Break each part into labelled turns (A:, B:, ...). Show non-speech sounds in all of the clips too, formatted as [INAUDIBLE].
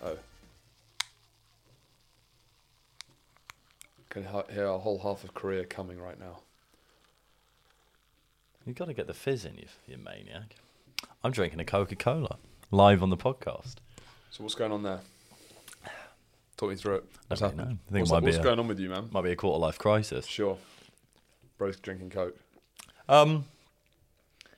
A: Oh. Can he- hear a whole half of Korea coming right now.
B: You've got to get the fizz in, you, you maniac. I'm drinking a Coca Cola live on the podcast.
A: So what's going on there? Talk me through it. What's
B: really
A: happened?
B: know. I think it
A: what's
B: might be
A: what's
B: a-
A: going on with you, man?
B: Might be a quarter life crisis.
A: Sure. Both drinking Coke.
B: Um,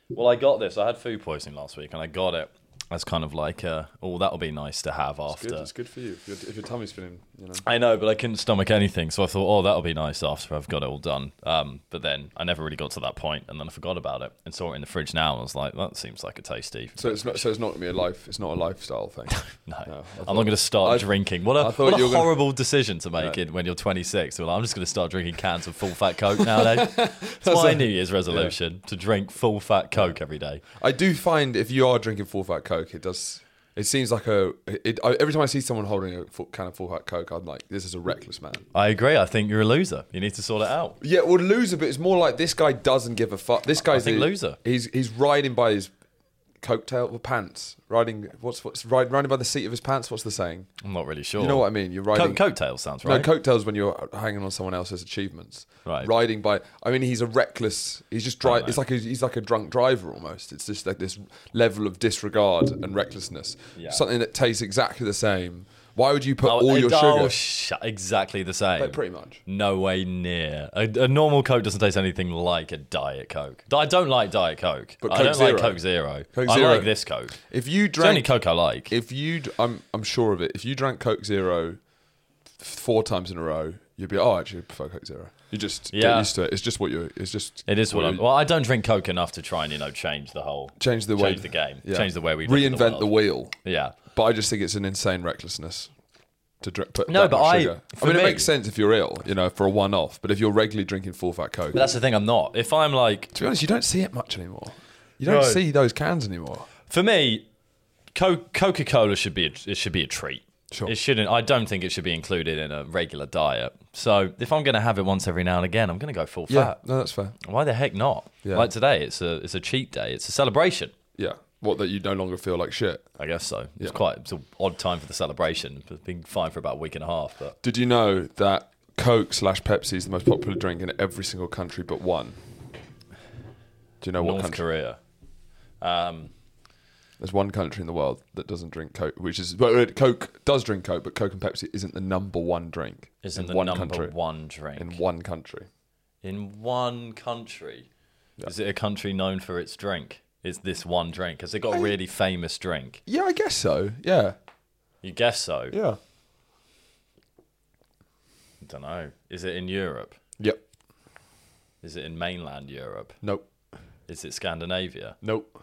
B: well, I got this. I had food poisoning last week, and I got it as kind of like, uh, oh, that'll be nice to have
A: It's good.
B: after.
A: It's good for you. If your, if your tummy's feeling, you know.
B: I know, but I couldn't stomach anything, so I thought, oh, that'll be nice after I've got it all done. Um, but then I never really got to that point, and then I forgot about it and saw it in the fridge now, and I was like, that seems like a tasty.
A: So it's not. So it's not gonna be a life. It's not a lifestyle [LAUGHS] thing.
B: No,
A: No, I
B: I'm not going to start
A: I-
B: drinking. What a,
A: I thought
B: what a
A: you were gonna-
B: horrible decision to make it when you're 26. Well, I'm just going to start drinking cans of full fat
A: [LAUGHS]
B: Coke nowadays. It's my New Year's resolution to drink full fat Coke every day.
A: I do find if you are drinking full fat Coke, it does. It seems like a. It, I, every time I see someone holding a full, can of full fat Coke, I'm like, this is a reckless man.
B: I agree. I think you're a loser. You need to sort it out.
A: Yeah, well, loser, but it's more like this guy doesn't give a fuck. This guy's
B: think
A: a-
B: loser.
A: He's he's riding by his coattail or pants, riding. What's what's riding, riding by the seat of his pants? What's the saying?
B: I'm not really sure.
A: You know what I mean? You're
B: Co-
A: riding.
B: coattails sounds
A: No,
B: right.
A: coattails when you're hanging on someone else's achievements.
B: Right.
A: Riding by. I mean, he's a reckless. He's just
B: know.
A: drive. It's like a, he's like a drunk driver almost. It's just like this level of disregard and recklessness.
B: Yeah.
A: Something that tastes exactly the same. Why would you put all
B: it-
A: your
B: oh,
A: sugar?
B: sh- exactly the same.
A: Like, pretty much.
B: No way near. A, a normal Coke doesn't taste anything like a Diet Coke. I don't like Diet Coke.
A: But
B: I
A: Coke
B: don't
A: Zero.
B: like Coke Zero.
A: Coke
B: I
A: Zero.
B: like this Coke.
A: If you
B: It's the only
A: drank,
B: Coke I like.
A: if you, d- I'm, I'm sure of it. If you drank Coke Zero f- four times in a row, you'd be, oh, I actually, I prefer Coke Zero. You just get
B: Yeah.
A: used to it. It's just what you're. It's just.
B: It is what I'm.
A: you-
B: Well, I don't drink Coke enough to try and you know change the whole
A: Change the way.
B: change the game,
A: yeah.
B: change the way we look at
A: reinvent the,
B: world.
A: wheel.
B: Yeah,
A: But I just think it's an insane recklessness to drink. Put
B: No,
A: that
B: but
A: much
B: I-
A: sugar. I
B: for
A: mean,
B: me-
A: it makes sense if you're ill, you know, for a one-off. But if you're regularly drinking full fat Coke,
B: but that's the thing. I'm not. If I'm like
A: to be honest, you don't see it much anymore. You don't
B: No.
A: see those cans anymore.
B: for me, Co- Coca Cola should be a, it should be a treat.
A: Sure.
B: It shouldn't. I don't think it should be included in a regular diet. So if I'm going to have it once every now and again, I'm going to go full
A: Yeah,
B: fat.
A: no, that's fair.
B: Why the heck not?
A: Yeah.
B: Like today, it's a it's a cheat day. It's a celebration.
A: Yeah, what that you no longer feel like shit.
B: I guess so. It's quite it's an odd time for the celebration. It's been fine for about a week and a half, but
A: Did you know that Coke slash Pepsi is the most popular drink in every single country but one? Do you know what
B: North
A: country?
B: Korea. Um,
A: There's one country in the world that doesn't drink Coke, which is well, Coke does drink Coke, but Coke and Pepsi isn't the number one drink
B: isn't
A: in
B: the
A: one
B: number
A: country.
B: one drink
A: In one country.
B: In one country. Is it a country known for its drink? Is this one drink? Has it got a really famous drink?
A: Yeah, I guess so. Yeah.
B: You guess so.
A: Yeah.
B: I don't know. Is it in Europe?
A: Yep.
B: Is it in mainland Europe?
A: Nope.
B: Is it Scandinavia?
A: Nope.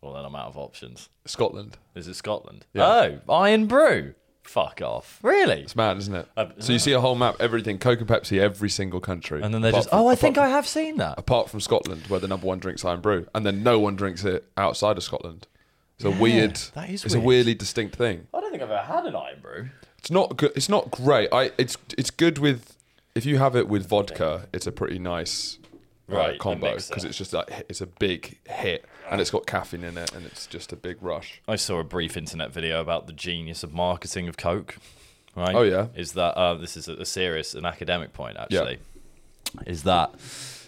B: Well, then I'm out of options.
A: Scotland.
B: Is it Scotland?
A: Yeah.
B: Oh, Iron Brew. Fuck off. Really?
A: It's mad, isn't it?
B: Uh,
A: so you see a whole map, everything, Coke and Pepsi, every single country.
B: And then they're
A: Apart
B: just,
A: from-
B: oh, I
A: apart
B: think
A: from-
B: I have seen that.
A: Apart from Scotland, where the number one drink's iron brew, and then no one drinks it outside of Scotland. It's a weird.
B: that is
A: It's
B: weird.
A: a weirdly distinct thing.
B: I don't think I've ever had an Iron Brew.
A: It's not good. It's not great. I. It's it's good with. If you have it with vodka, it's a pretty nice uh,
B: Right, a
A: combo
B: mixer.
A: because it's just like it's a big hit and it's got caffeine in it and it's just a big rush.
B: I saw a brief internet video about the genius of marketing of Coke. Right?
A: Oh, yeah.
B: Is that uh, this is a, a serious, an academic point actually? Is that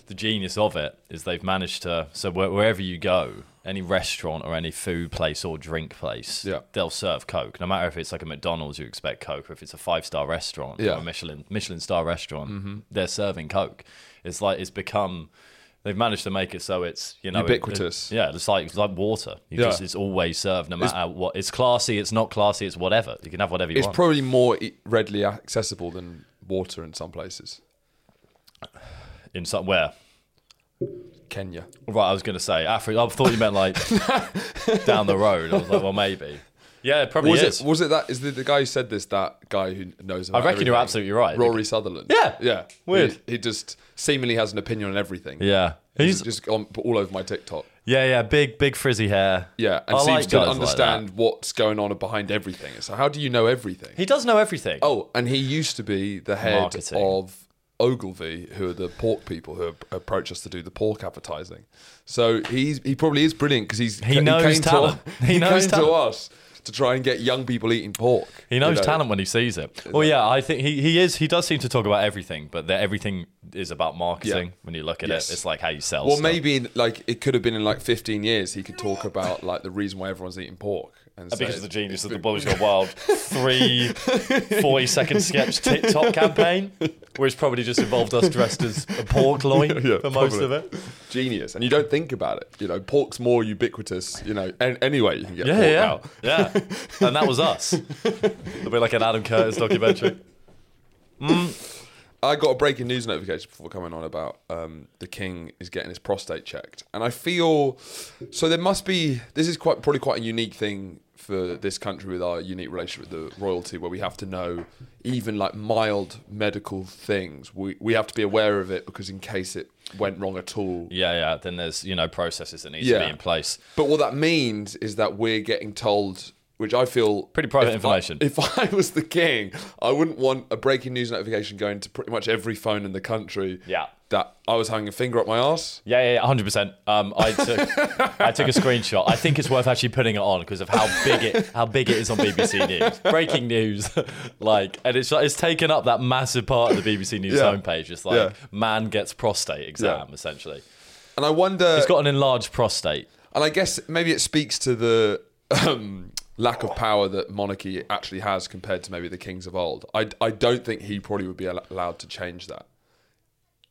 B: the genius of it is they've managed to so where, wherever you go, any restaurant or any food place or drink place,
A: Yeah.
B: they'll serve Coke. No matter if it's like a McDonald's, you expect Coke, or if it's a five star restaurant
A: Yeah. Mm-hmm.
B: or a Michelin Michelin star restaurant, they're serving Coke. It's like it's become. They've managed to make it so it's you know it- it-
A: Ubiquitous.
B: yeah, it's like it's like water. You
A: Yeah.
B: just it's always served, no matter what. It's classy. It's not classy. It's whatever. You can have whatever you
A: It's
B: want.
A: probably more e- readily accessible than water in some places.
B: in some where.
A: Kenya.
B: Right, I was gonna say Africa. I thought you
A: [LAUGHS]
B: meant like down the road. I was like, well, maybe. Yeah, it probably
A: Was
B: is.
A: it? Was it that? Is the, the guy who said this that guy who knows? About
B: I reckon you're
A: everything?
B: absolutely right.
A: Rory Sutherland.
B: Yeah.
A: Yeah.
B: Weird.
A: He, he just seemingly has an opinion on everything.
B: yeah,
A: He's,
B: he's
A: just on all over my TikTok.
B: yeah, yeah, big, big frizzy hair.
A: Yeah, and
B: I
A: seems
B: like
A: to
B: guys like
A: understand
B: that.
A: what's going on behind everything. So how do you know everything?
B: He does know everything.
A: oh, and he used to be the head
B: Marketing.
A: of Ogilvy, who are the pork people who ap- approach us to do the pork advertising. So he's he probably is brilliant because he's
B: He knows
A: came to- [LAUGHS]
B: talent. He knows
A: came to
B: talent.
A: us to try and get young people eating pork.
B: He
A: you
B: knows
A: know?
B: talent when he sees it. Well, yeah, I think he, he is. He does seem to talk about everything, but that everything is about marketing.
A: Yeah.
B: When you look at
A: Yes.
B: it, it's like how you sell.
A: Well,
B: stuff.
A: maybe in, like it could have been in like 15 years he could talk about like the reason why everyone's eating pork and say-
B: because of the genius of the
A: [LAUGHS]
B: Boys Gone Wild three 40 second sketch TikTok campaign, where it's probably just involved us dressed as a pork loin
A: [LAUGHS] Yeah,
B: for most
A: probably.
B: of it.
A: genius, and you don't think about it. You know, pork's more ubiquitous. You know, and anyway, you can get pork
B: Yeah,
A: out.
B: yeah, yeah. And that was us. It'll be like an Adam
A: [LAUGHS]
B: Curtis documentary.
A: I got a breaking news notification before coming on about um, the king is getting his prostate checked, and I feel so. There must be this is quite probably quite a unique thing for this country with our unique relationship with the royalty, where we have to know even like mild medical things. We we have to be aware of it because in case it went wrong at all,
B: Yeah, yeah. Then there's you know processes that need to
A: Yeah.
B: be in place.
A: But what that means is that we're getting told, which I feel
B: Pretty private
A: if I-
B: information.
A: [LAUGHS] if I was the king, I wouldn't want a breaking news notification going to pretty much every phone in the country.
B: Yeah.
A: that I was having a finger up my ass.
B: Yeah, yeah, yeah, 100%. Um, I took I
A: [LAUGHS]
B: took a screenshot. I think it's worth actually putting it on because of how big it how big it is on
A: [LAUGHS]
B: BBC News. Breaking news, [LAUGHS] like, and it's it's taken up that massive part of the BBC News
A: Yeah.
B: homepage. It's like
A: Yeah.
B: man gets prostate exam
A: Yeah.
B: essentially.
A: And I wonder,
B: It's got an enlarged prostate.
A: and I guess maybe it speaks to the um, lack of power that monarchy actually has compared to maybe the kings of old. I, I don't think he probably would be al- allowed to change that.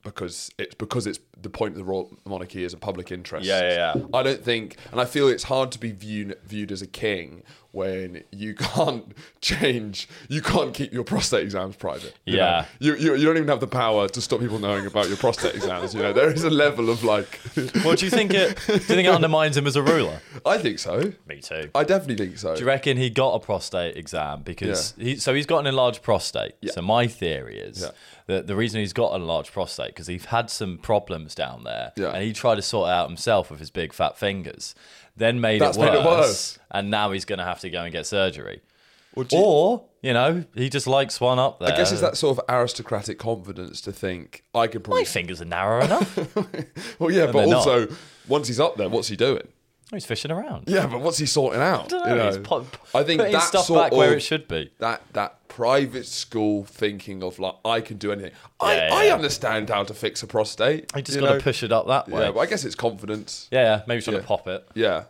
A: Because it's because it's the point of the royal monarchy is a public interest.
B: Yeah, yeah, yeah.
A: I don't think, and I feel it's hard to be viewed viewed as a king when you [LAUGHS] can't change, you can't keep your prostate exams private. you know?
B: Yeah.
A: you, you you don't even have the power to stop people knowing about your prostate exams. You know, there is a level of like, [LAUGHS]
B: Well, do you think it? Do you think it undermines him as a ruler?
A: I think so.
B: Me too.
A: I definitely think so.
B: Do you reckon he got a prostate exam because he, so he's got an enlarged prostate? So my theory is
A: Yeah.
B: that the reason he's got an enlarged prostate because he's had some problems down there,
A: Yeah.
B: and he tried to sort it out himself with his big fat fingers, then made,
A: That's
B: it, worse,
A: made it worse.
B: and now he's going to have to go and get surgery.
A: Or do you-
B: or you know, he just likes one up there.
A: I guess it's that sort of aristocratic confidence to think I could probably.
B: my fingers are narrow enough. [LAUGHS]
A: Well, yeah, but
B: they're
A: also once he's up there, what's he doing?
B: he's fishing around.
A: Yeah, but what's he sorting out?
B: I,
A: you
B: don't know,
A: know?
B: he's put,
A: I think
B: putting
A: that
B: stuff
A: sort
B: back where
A: of-
B: it should be.
A: that that private school thinking of like I can do anything. I,
B: Yeah, yeah,
A: I
B: yeah.
A: understand how to fix a prostate.
B: You just
A: you
B: got
A: know?
B: to push it up that way.
A: Yeah, but I guess it's confidence.
B: yeah, yeah, maybe trying
A: Yeah.
B: to pop it.
A: Yeah,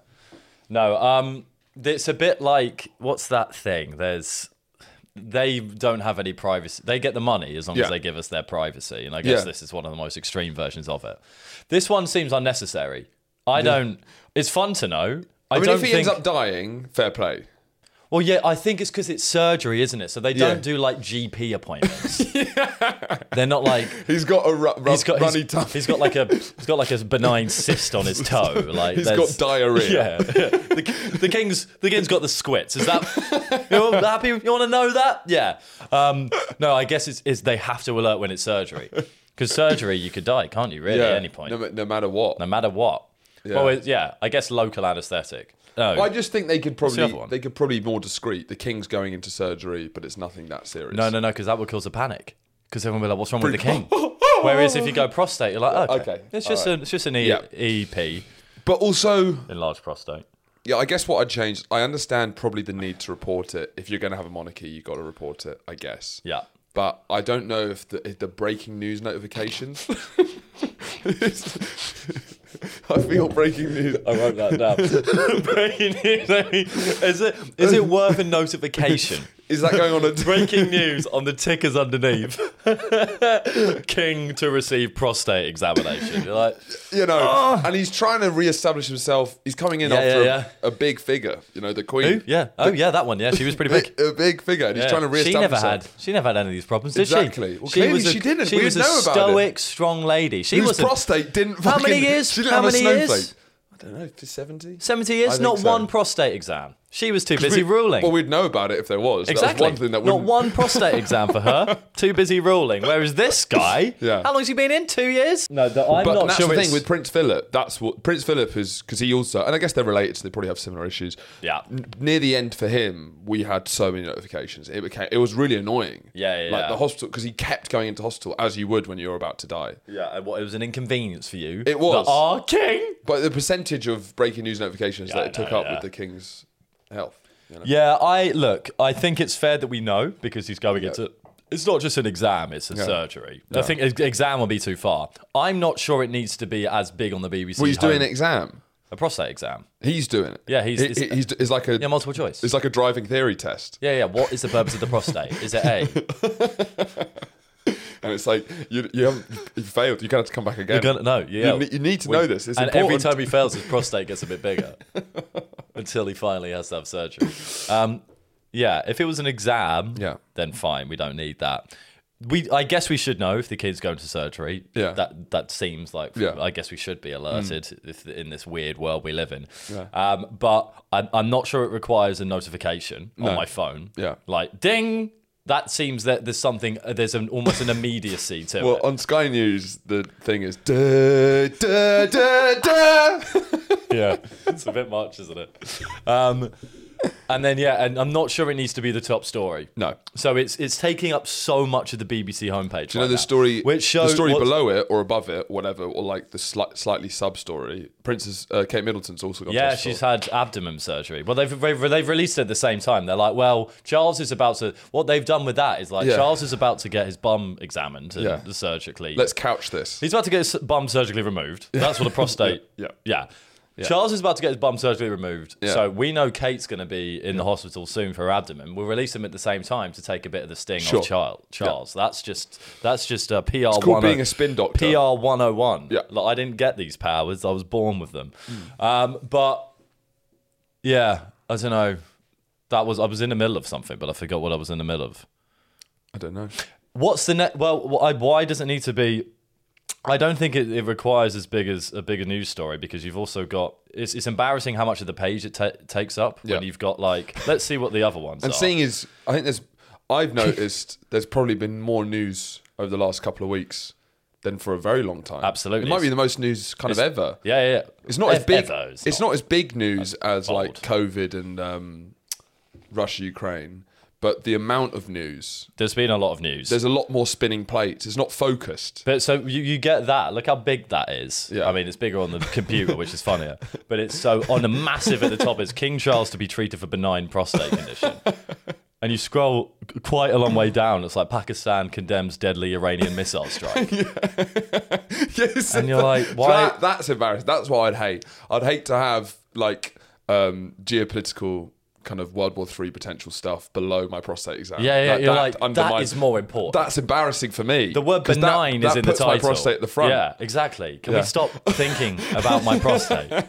B: No, um, it's a bit like what's that thing? There's they don't have any privacy. They get the money as long
A: Yeah.
B: as they give us their privacy, and I guess
A: Yeah.
B: this is one of the most extreme versions of it. This one seems unnecessary. I don't. It's fun to know. I,
A: I mean,
B: don't
A: if he ends
B: think.
A: up dying, fair play.
B: well, yeah, I think it's because it's surgery, isn't it? So they
A: Yeah.
B: don't do like GP appointments.
A: [LAUGHS]
B: They're not like
A: He's got a ru- ru-
B: he's got
A: runny
B: he's-
A: tummy.
B: he's got like a he's got like a
A: [LAUGHS]
B: benign cyst on his toe. Like
A: He's got
B: there's-
A: diarrhea.
B: Yeah, [LAUGHS] yeah. The, the king's the king's got the squits. Is that you happy? You want to know that? Yeah. Um, no, I guess it's, it's they have to alert when it's surgery because surgery you could die, can't you?
A: [LAUGHS]
B: Really,
A: Yeah,
B: at any point,
A: no,
B: no,
A: ma- no matter what.
B: matter what.
A: Yeah.
B: Well, it, yeah, I guess local anaesthetic. No,
A: Well, I just think they could
B: the
A: probably
B: other one?
A: they could probably be more discreet. The king's going into surgery, but it's nothing that serious.
B: no, no, no, because that would cause a panic. Because everyone would be like, "What's wrong with the king?"
A: [LAUGHS]
B: Whereas if you go prostate, you're like, "Okay,
A: okay,
B: it's just
A: all right.
B: an, it's just an e-
A: Yeah.
B: EP,
A: But also,
B: enlarged prostate."
A: yeah, I guess what I'd change. I understand probably the need to report it. If you're going to have a monarchy, you got to report it. I guess.
B: Yeah.
A: but I don't know if the, if the breaking news
B: [LAUGHS]
A: notifications. I feel breaking news.
B: I wrote that down. [LAUGHS] Breaking news. I mean, is it is it worth a notification?
A: Is that going on a
B: Breaking news on the tickers underneath. [LAUGHS] King to receive prostate examination. You're like,
A: [LAUGHS] you know? And he's trying to reestablish himself. He's coming in
B: Ah. Yeah,
A: after a-
B: yeah, yeah.
A: A, big figure. You know, the queen.
B: yeah, oh yeah, that one. Yeah, she was pretty big.
A: A big figure. And he's trying to
B: Yeah.
A: reestablish.
B: she never
A: himself.
B: had. She never had any of these problems, did
A: Exactly.
B: she?
A: Well, clearly
B: was a,
A: she didn't.
B: She
A: We
B: was a
A: know about it.
B: stoic, strong lady. She
A: Whose
B: was a
A: prostate didn't.
B: How many
A: fucking- [LAUGHS]
B: years?
A: She didn't
B: How
A: have
B: many
A: a
B: years?
A: snowflake. I don't know. Seventy.
B: 70
A: I
B: years,
A: think
B: not
A: so.
B: one prostate exam. She was too busy ruling.
A: Well, we'd know about it if there was. That
B: Exactly.
A: was one thing that
B: Not
A: wouldn't.
B: one prostate exam
A: [LAUGHS]
B: for her. Too busy ruling. Whereas this guy,
A: Yeah.
B: how long's he been in? Two years? No, the, I'm
A: But that's the thing with Prince Philip. That's what Prince Philip is because he also, and I guess they're related, so they probably have similar issues.
B: Yeah.
A: N- near the end for him, we had so many notifications. It became it was really annoying.
B: Yeah, yeah,
A: Like
B: yeah.
A: the hospital because he kept going into hospital as you would when you're about to die.
B: yeah, and what, it was an inconvenience for you.
A: It was.
B: The R King.
A: But the percentage of breaking news notifications
B: Yeah,
A: that
B: I
A: it took
B: know,
A: up
B: yeah.
A: with the king's health. you know?
B: Yeah, I look. I think it's fair that we know because he's going into. It's not just an exam; it's a
A: Yeah.
B: surgery. I think ex- exam will be too far. I'm not sure it needs to be as big on the BBC.
A: Well, he's doing an
B: home-
A: exam.
B: a prostate exam.
A: He's doing it.
B: Yeah, he's-
A: He-
B: it's-
A: he- he's, it's like a
B: Yeah, multiple choice.
A: it's like a driving theory test,
B: Yeah, yeah. What is the purpose of the prostate? Is it
A: [LAUGHS]
B: A?
A: and it's like you you haven't you failed. You kind of have to come back again.
B: You're gonna no. Yeah.
A: You, ne- you need to know this. It's
B: and
A: important.
B: every time he fails, his prostate gets a
A: [LAUGHS]
B: bit bigger until he finally has to have surgery. Um, yeah, if it was an exam,
A: Yeah.
B: then fine. We don't need that. We, I guess we should know if the kid's going to surgery.
A: Yeah.
B: that that seems like.
A: Yeah. Mm.
B: I guess we should be alerted if, in this weird world we live in. Um, but I'm, I'm not sure it requires a notification on my phone.
A: Yeah.
B: like ding. That seems that there's something. There's an almost an immediacy
A: [LAUGHS]
B: to
A: Well,
B: it.
A: on Sky News, the thing is duh, duh, duh,
B: [LAUGHS]
A: duh.
B: yeah, it's a bit much, isn't it? Um, and then yeah, and I'm not sure it needs to be the top story.
A: No.
B: So it's it's taking up so much of the BBC homepage.
A: You know the story,
B: Which show-
A: the story
B: what's-
A: below it or above it, whatever, or like the sli- slightly sub story. Princess uh, Kate Middleton's also got.
B: Yeah,
A: top
B: she's
A: story.
B: had abdomen surgery. Well, they've, they've they've released it at the same time. They're like, well, Charles is about to. What they've done with that is like
A: Yeah.
B: Charles is about to get his bum examined and
A: Yeah.
B: surgically.
A: Let's couch this.
B: He's about to get his bum surgically removed. That's what a prostate.
A: [LAUGHS] Yeah.
B: yeah. Charles is about to get his bum surgically removed.
A: Yeah.
B: So we know Kate's going to be in the hospital soon for her abdomen. We'll release him at the same time to take a bit of the sting
A: Sure.
B: off Charles. Charles. That's just that's just a PR it's
A: called being a spin doctor.
B: PR 101.
A: Yeah. Hmm.
B: Like, I didn't get these powers. I was born with them. Um, but yeah, I don't know. That was I was in the middle of something, but I forgot what I was in the middle of.
A: I don't know.
B: What's the net? Well, wh- I- why does it need to be? I don't think it, it requires as big as a bigger news story because you've also got. It's, it's embarrassing how much of the page it ta takes up
A: Yeah.
B: when you've got like. Let's see what the other ones
A: And
B: are.
A: seeing is, I think there's, I've noticed [LAUGHS] there's probably been more news over the last couple of weeks than for a very long time.
B: Absolutely.
A: it might be the most news kind of ever.
B: yeah, yeah, yeah.
A: It's not as
B: Ev-
A: big.
B: ever,
A: it's not. as big news as like
B: old.
A: COVID and um, Russia Ukraine, but the amount of news.
B: There's been a lot of news.
A: There's a lot more spinning plates. It's not focused.
B: but so you, you get that. Look how big that is.
A: Yeah.
B: I mean, it's bigger on the computer, which
A: [LAUGHS]
B: is funnier. But it's so on a massive at the top is King Charles to be treated for benign prostate
A: [LAUGHS]
B: condition. And you scroll quite a long way down. It's like Pakistan condemns deadly
A: [LAUGHS]
B: Iranian missile strike.
A: yes.
B: And you're like, why-
A: That, that's embarrassing. That's what I'd hate. I'd hate to have like um, geopolitical kind of World War Three potential stuff below my prostate exam.
B: Yeah, yeah.
A: That-
B: you're
A: that
B: like that
A: undermines-
B: is more important.
A: That's embarrassing for me.
B: the word benign
A: is
B: is in the title.
A: my prostate at the front.
B: Yeah, exactly. Can
A: Yeah.
B: we stop thinking about my
A: [LAUGHS]
B: prostate?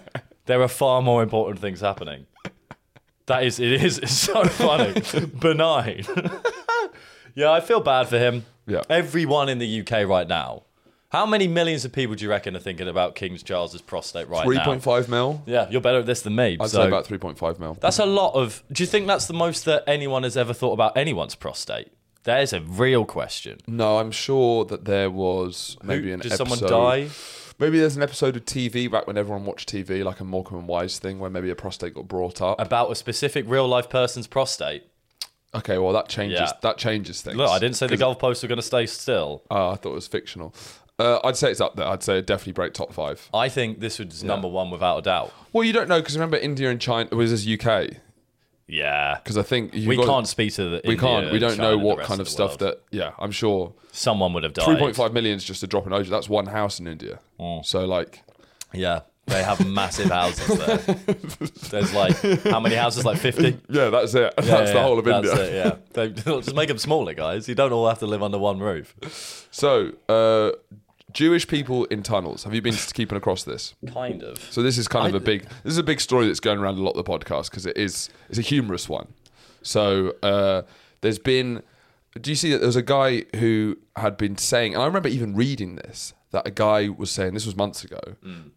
B: there are far more important things happening. That is, it is it's so
A: [LAUGHS]
B: funny. benign. yeah, I feel bad for him.
A: Yeah.
B: Everyone in the UK right now. How many millions of people do you reckon are thinking about King Charles's prostate right
A: Three
B: now?
A: point five mil.
B: Yeah, you're better at this than me.
A: I'd
B: so
A: say about three point five mil.
B: that's a lot of. Do you think that's the most that anyone has ever thought about anyone's prostate? There's a real question.
A: No, I'm sure that there was maybe an
B: Did
A: episode.
B: someone die?
A: Maybe there's an episode of TV back when everyone watched TV, like a Morecambe and Wise thing, where maybe a prostate got brought up.
B: about a specific real life person's prostate.
A: Okay, well that changes.
B: Yeah.
A: That changes things.
B: Look, I didn't say the goalposts were going to stay still.
A: Oh, I thought it was fictional. Uh, I'd say it's up there. I'd say it definitely break top five.
B: I think this was number one without a doubt.
A: Well, you don't know because remember India and China was this UK
B: Yeah.
A: because I think you
B: We
A: got-
B: can't speak to the.
A: We can't. We don't know what kind of stuff that. Yeah, I'm sure
B: Someone would have died.
A: 3.5 million is just a drop in ocean. That's one house in India. So like,
B: Mm. Yeah. They have massive houses there.
A: [LAUGHS]
B: There's like, how many houses? Like 50?
A: yeah, that's it. [LAUGHS] that's the whole of India.
B: That's it, yeah. They, [LAUGHS] just make them smaller, guys. You don't all have to live under one roof.
A: So, uh, Jewish people in tunnels. Have you been [LAUGHS] keeping across this?
B: Kind of.
A: So this is kind of a big. This is a big story that's going around a lot of the podcast because it is. It's a humorous one. So uh, there's been. Do you see that there was a guy who had been saying, and I remember even reading this, that a guy was saying this was months ago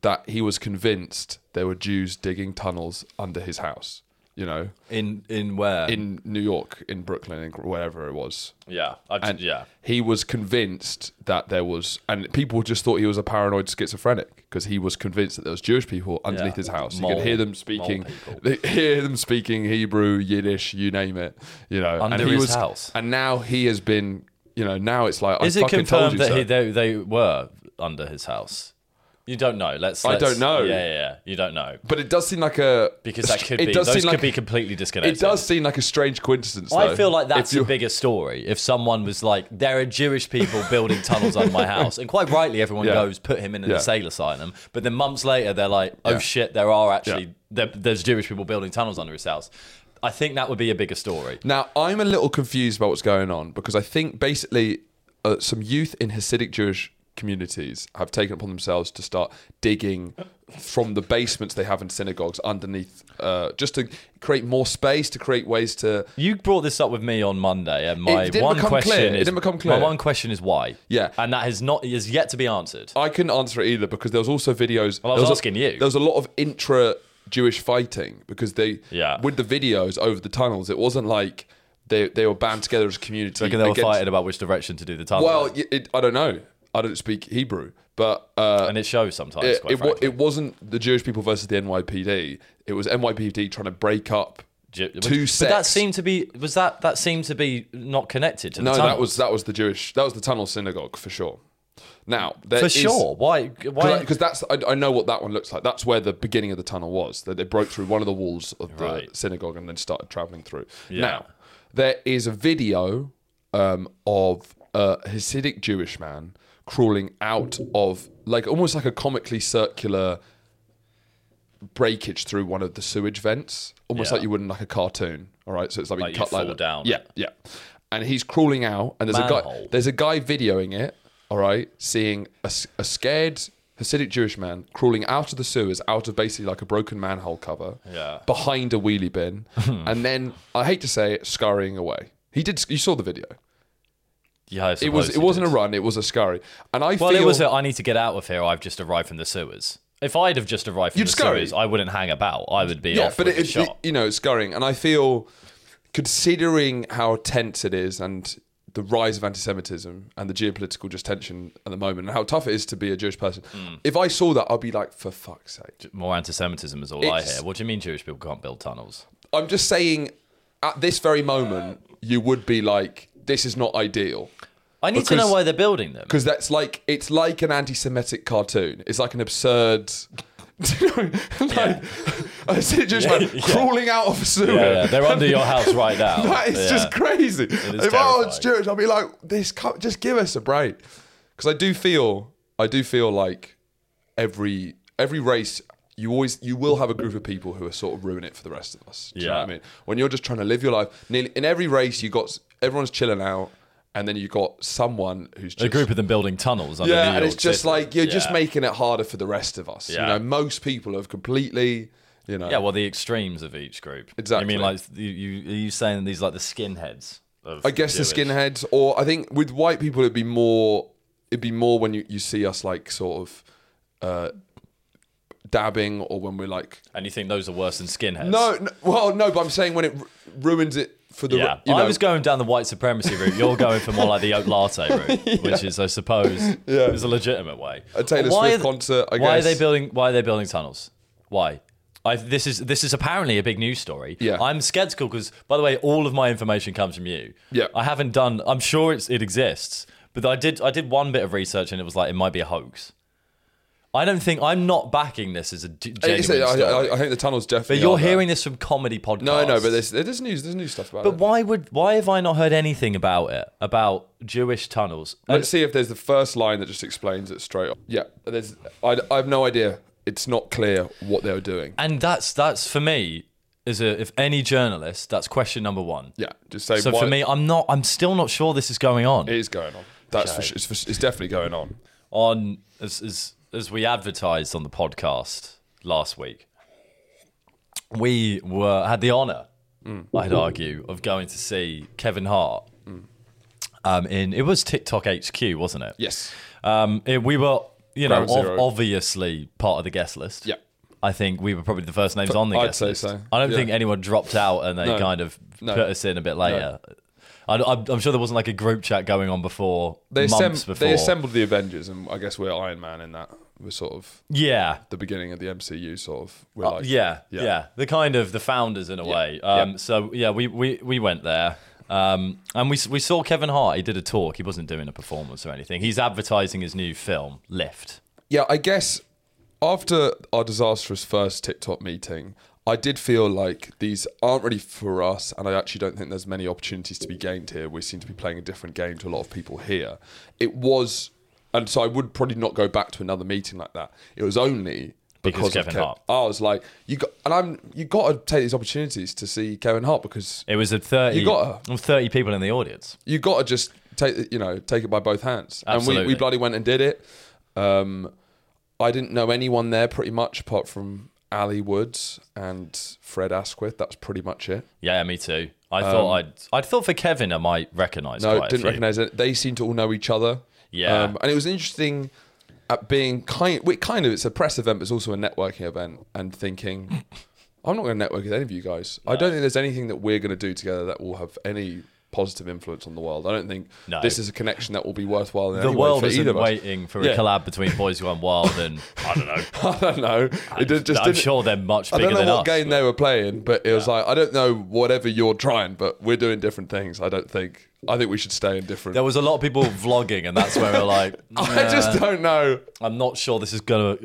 A: that he was convinced there were Jews digging tunnels under his house. You know,
B: In in where?
A: in New York, in Brooklyn, in wherever it was
B: yeah. I,
A: and
B: yeah.
A: he was convinced that there was, and people just thought he was a paranoid schizophrenic because he was convinced that there was Jewish people underneath
B: Yeah.
A: his house. You
B: Mole-
A: could hear them speaking, [LAUGHS] they- hear them speaking Hebrew, Yiddish, you name it, you know.
B: Under
A: and he
B: his
A: was,
B: house.
A: and now he has been, you know, now it's like I
B: Is it
A: fucking told
B: confirmed
A: you
B: that
A: so.
B: he, they, they were under his house? You don't know. Let's.
A: I
B: let's-
A: don't know.
B: Yeah, yeah, yeah. You don't know
A: But it does seem like a
B: because that
A: [LAUGHS]
B: could
A: it
B: be.
A: does
B: those
A: seem
B: could
A: like
B: be completely disconnected.
A: it does seem like a strange coincidence.
B: I
A: though.
B: feel like
A: If
B: that's a
A: you-
B: bigger story. If someone was like, there are Jewish people building tunnels
A: [LAUGHS]
B: under my house, and quite rightly, everyone
A: Yeah.
B: goes, put him in an
A: Yeah.
B: insane asylum. But then months later, they're like, oh
A: Yeah.
B: shit, there are actually
A: Yeah.
B: there, there's Jewish people building tunnels under his house. I think that would be a bigger story.
A: Now, I'm a little confused about what's going on because I think basically uh, some youth in Hasidic Jewish communities have taken upon themselves to start digging from the basements they have in synagogues underneath, uh, just to create more space, to create ways to.
B: You brought this up with me on Monday, and my
A: It didn't
B: one
A: become
B: question
A: clear.
B: is
A: It didn't become clear.
B: my one question is why.
A: Yeah. Oh,
B: and that has not is yet to be answered.
A: I couldn't answer it either because there was also videos.
B: Well, I was
A: there a-
B: asking you.
A: There was a lot of intra Jewish fighting because they,
B: Yeah.
A: with the videos over the tunnels, it wasn't like they, they were band together as a community.
B: Because they were
A: against-
B: fighting about which direction to do the tunnel,
A: Well,
B: in.
A: y- it, I don't know. I don't speak Hebrew, but uh,
B: and it shows sometimes.
A: it,
B: quite
A: it, wa-
B: frankly.
A: it wasn't the Jewish people versus the NYPD. It was NYPD trying to break up
B: Ju-
A: two
B: but, but that
A: sects.
B: seemed to be was that that seemed to be not connected to the
A: no,
B: tunnel.
A: that was that was the Jewish. That was the tunnel synagogue for sure. Now there
B: for
A: is-
B: sure. Why? Why?
A: because that's I, I know what that one looks like. That's where the beginning of the tunnel was. That they broke through one of the walls of the
B: Right.
A: synagogue and then started traveling through. Now there is a video um, of a Hasidic Jewish man crawling out of like almost like a comically circular breakage through one of the sewage vents, almost
B: Yeah.
A: like you would in like a cartoon. All right, so it's like,
B: Like
A: we
B: you'd
A: cut like
B: fall
A: that.
B: down
A: Yeah,
B: it.
A: yeah. And he's crawling out, and there's a guy.
B: Manhole.
A: There's a guy videoing it. All right, seeing a, s- a scared Hasidic Jewish man crawling out of the sewers, out of basically like a broken manhole cover,
B: Yeah.
A: behind a wheelie
B: [LAUGHS]
A: bin, and then I hate to say it, scurrying away. He did. You saw the video.
B: yeah, I
A: It was.
B: suppose
A: It wasn't
B: did.
A: a run. It was a scurry. And I
B: Well,
A: feel
B: it was. A, I need to get out of here. I've just arrived from the sewers. If I'd have just arrived from
A: You'd
B: the
A: scurry.
B: sewers, I wouldn't hang about. I would be
A: yeah,
B: off
A: but
B: with
A: it,
B: the shot.
A: you know, it's scurrying, and I feel, considering how tense it is, and the rise of anti-Semitism and the geopolitical just tension at the moment, and how tough it is to be a Jewish person,
B: Hmm.
A: if I saw that, I'd be like, for fuck's sake.
B: More anti-Semitism is all I
A: It's-
B: hear. What do you mean Jewish people can't build tunnels?
A: I'm just saying, at this very moment, you would be like, this is not ideal.
B: I need to know
A: Because-
B: why they're building them.
A: Because that's like it's like an anti-Semitic cartoon. It's like an absurd, [LAUGHS] you know, like [LAUGHS] a Jewish man
B: [LAUGHS] Yeah.
A: crawling out of a sewer.
B: Yeah, yeah, they're
A: [LAUGHS]
B: under your house right now.
A: That is
B: Yeah.
A: just crazy.
B: is
A: If I was
B: terrifying.
A: Jewish, I'd be like, "This, can't- just give us a break," because I do feel, I do feel like every every race, you always you will have a group of people who are sort of ruin it for the rest of us. Do you know
B: Yeah.
A: what I mean? When you're just trying to live your life, nearly in every race, you got s- everyone's chilling out, and then you got someone who's just
B: a group of them building tunnels. Under
A: yeah,
B: New
A: and it's
B: York
A: just
B: City.
A: like you're just
B: Yeah.
A: making it harder for the rest of us. You
B: Yeah.
A: know, most people have completely, you know,
B: Yeah, well, the extremes of each group.
A: Exactly.
B: You mean like you, you are you saying these like the skinheads? Of
A: I guess the
B: Jewish-
A: skinheads, or I think with white people, it'd be more. It'd be more when you, you see us like sort of uh, dabbing, or when we're like
B: And you think those are worse than skinheads?
A: no, no, well, no. But I'm saying when it ru- ruins it for the,
B: Yeah,
A: you know,
B: I was going down the white supremacy route. You're going for more like the
A: [LAUGHS]
B: oat latte route, which is, I suppose, is a legitimate way.
A: A Taylor
B: Why
A: Swift
B: are th-
A: concert, I
B: why
A: guess.
B: are they building? Why are they building tunnels? Why? I, this is this is apparently a big news story.
A: Yeah.
B: I'm skeptical because, by the way, all of my information comes from you.
A: Yeah.
B: I haven't done. I'm sure it's, it exists, but I did I did one bit of research and it was like it might be a hoax. I don't think I'm not backing this as a d- genuine
A: It's- I,
B: story.
A: I, I think the tunnels definitely.
B: but you're
A: are there.
B: hearing this from comedy podcasts.
A: No, no, but there's there's news. There's new stuff about
B: But
A: it.
B: why would why have I not heard anything about it about Jewish tunnels? And
A: Let's see if there's the first line that just explains it straight. Off. Yeah, there's. I, I have no idea. It's not clear what they were doing.
B: and that's that's for me is a, if any journalist that's question number one.
A: Yeah, just say.
B: So
A: why
B: for me, I'm not I'm still not sure this is going on.
A: it is going on. That's for, su- it's, for, it's definitely going on.
B: on as as as we advertised on the podcast last week, we were had the honour,
A: Mm.
B: I'd argue, of going to see Kevin Hart. Um, in it was TikTok HQ, wasn't it?
A: Yes.
B: Um, it, we were, you know,
A: Ground
B: ov-
A: zero.
B: obviously part of the guest list.
A: Yeah.
B: I think we were probably the first names on the
A: I'd
B: guest
A: say
B: list.
A: so,
B: I don't
A: yeah.
B: think anyone dropped out and they
A: No.
B: kind of
A: No.
B: put us in a bit later. I, I'm I'm sure there wasn't like a group chat going on before
A: they,
B: months
A: assemb-
B: before.
A: they assembled the Avengers, and I guess we're Iron Man in that. We're sort of
B: yeah.
A: the beginning of the MCU, sort of. We're like,
B: Uh, yeah,
A: Yeah.
B: yeah, The kind of the founders in a way. Um,
A: yeah.
B: So yeah, we, we, we went there, um, and we s- we saw Kevin Hart. He did a talk. He wasn't doing a performance or anything. He's advertising his new film, Lift.
A: yeah. I guess after our disastrous first TikTok meeting, I did feel like these aren't really for us, and I actually don't think there's many opportunities to be gained here. We seem to be playing a different game to a lot of people here. It was, and so I would probably not go back to another meeting like that. It was only
B: Because
A: because, of
B: Kevin
A: Kev-
B: Hart.
A: I was like, you got, and I'm, you got to take these opportunities to see Kevin Hart because
B: It was a 30,
A: You got
B: there were 30 people in the audience.
A: you got to just take you know take it by both hands and we,
B: Absolutely.
A: we bloody went and did it um i didn't know anyone there pretty much apart from ali woods and fred asquith that's pretty much it
B: Yeah, me too. I thought I'd I'd thought for Kevin I might recognise
A: Um, no
B: quite a
A: didn't
B: few.
A: recognize it they seem to all know each other Um,
B: Yeah.
A: and it was interesting at being kind well, kind of it's a press event but it's also a networking event and thinking i'm not going to network with any of you guys i don't think there's anything that we're going to do together that will have any positive influence on the world i don't think
B: No.
A: this is a connection that will be worthwhile in
B: the
A: any
B: world
A: way for
B: isn't
A: either of us.
B: waiting for
A: Yeah.
B: a collab between Boys Gone Wild and I [LAUGHS] don't know.
A: [LAUGHS] I don't know. It did, just
B: I'm
A: didn't.
B: sure they're much
A: I
B: bigger
A: don't know
B: than
A: what
B: us.
A: game they were playing, but it was like I don't know whatever you're trying, but we're doing different things. I don't think. I think we should stay in different.
B: There was a lot of people vlogging, and that's where we're like,
A: [LAUGHS] I just don't know.
B: I'm not sure this is gonna.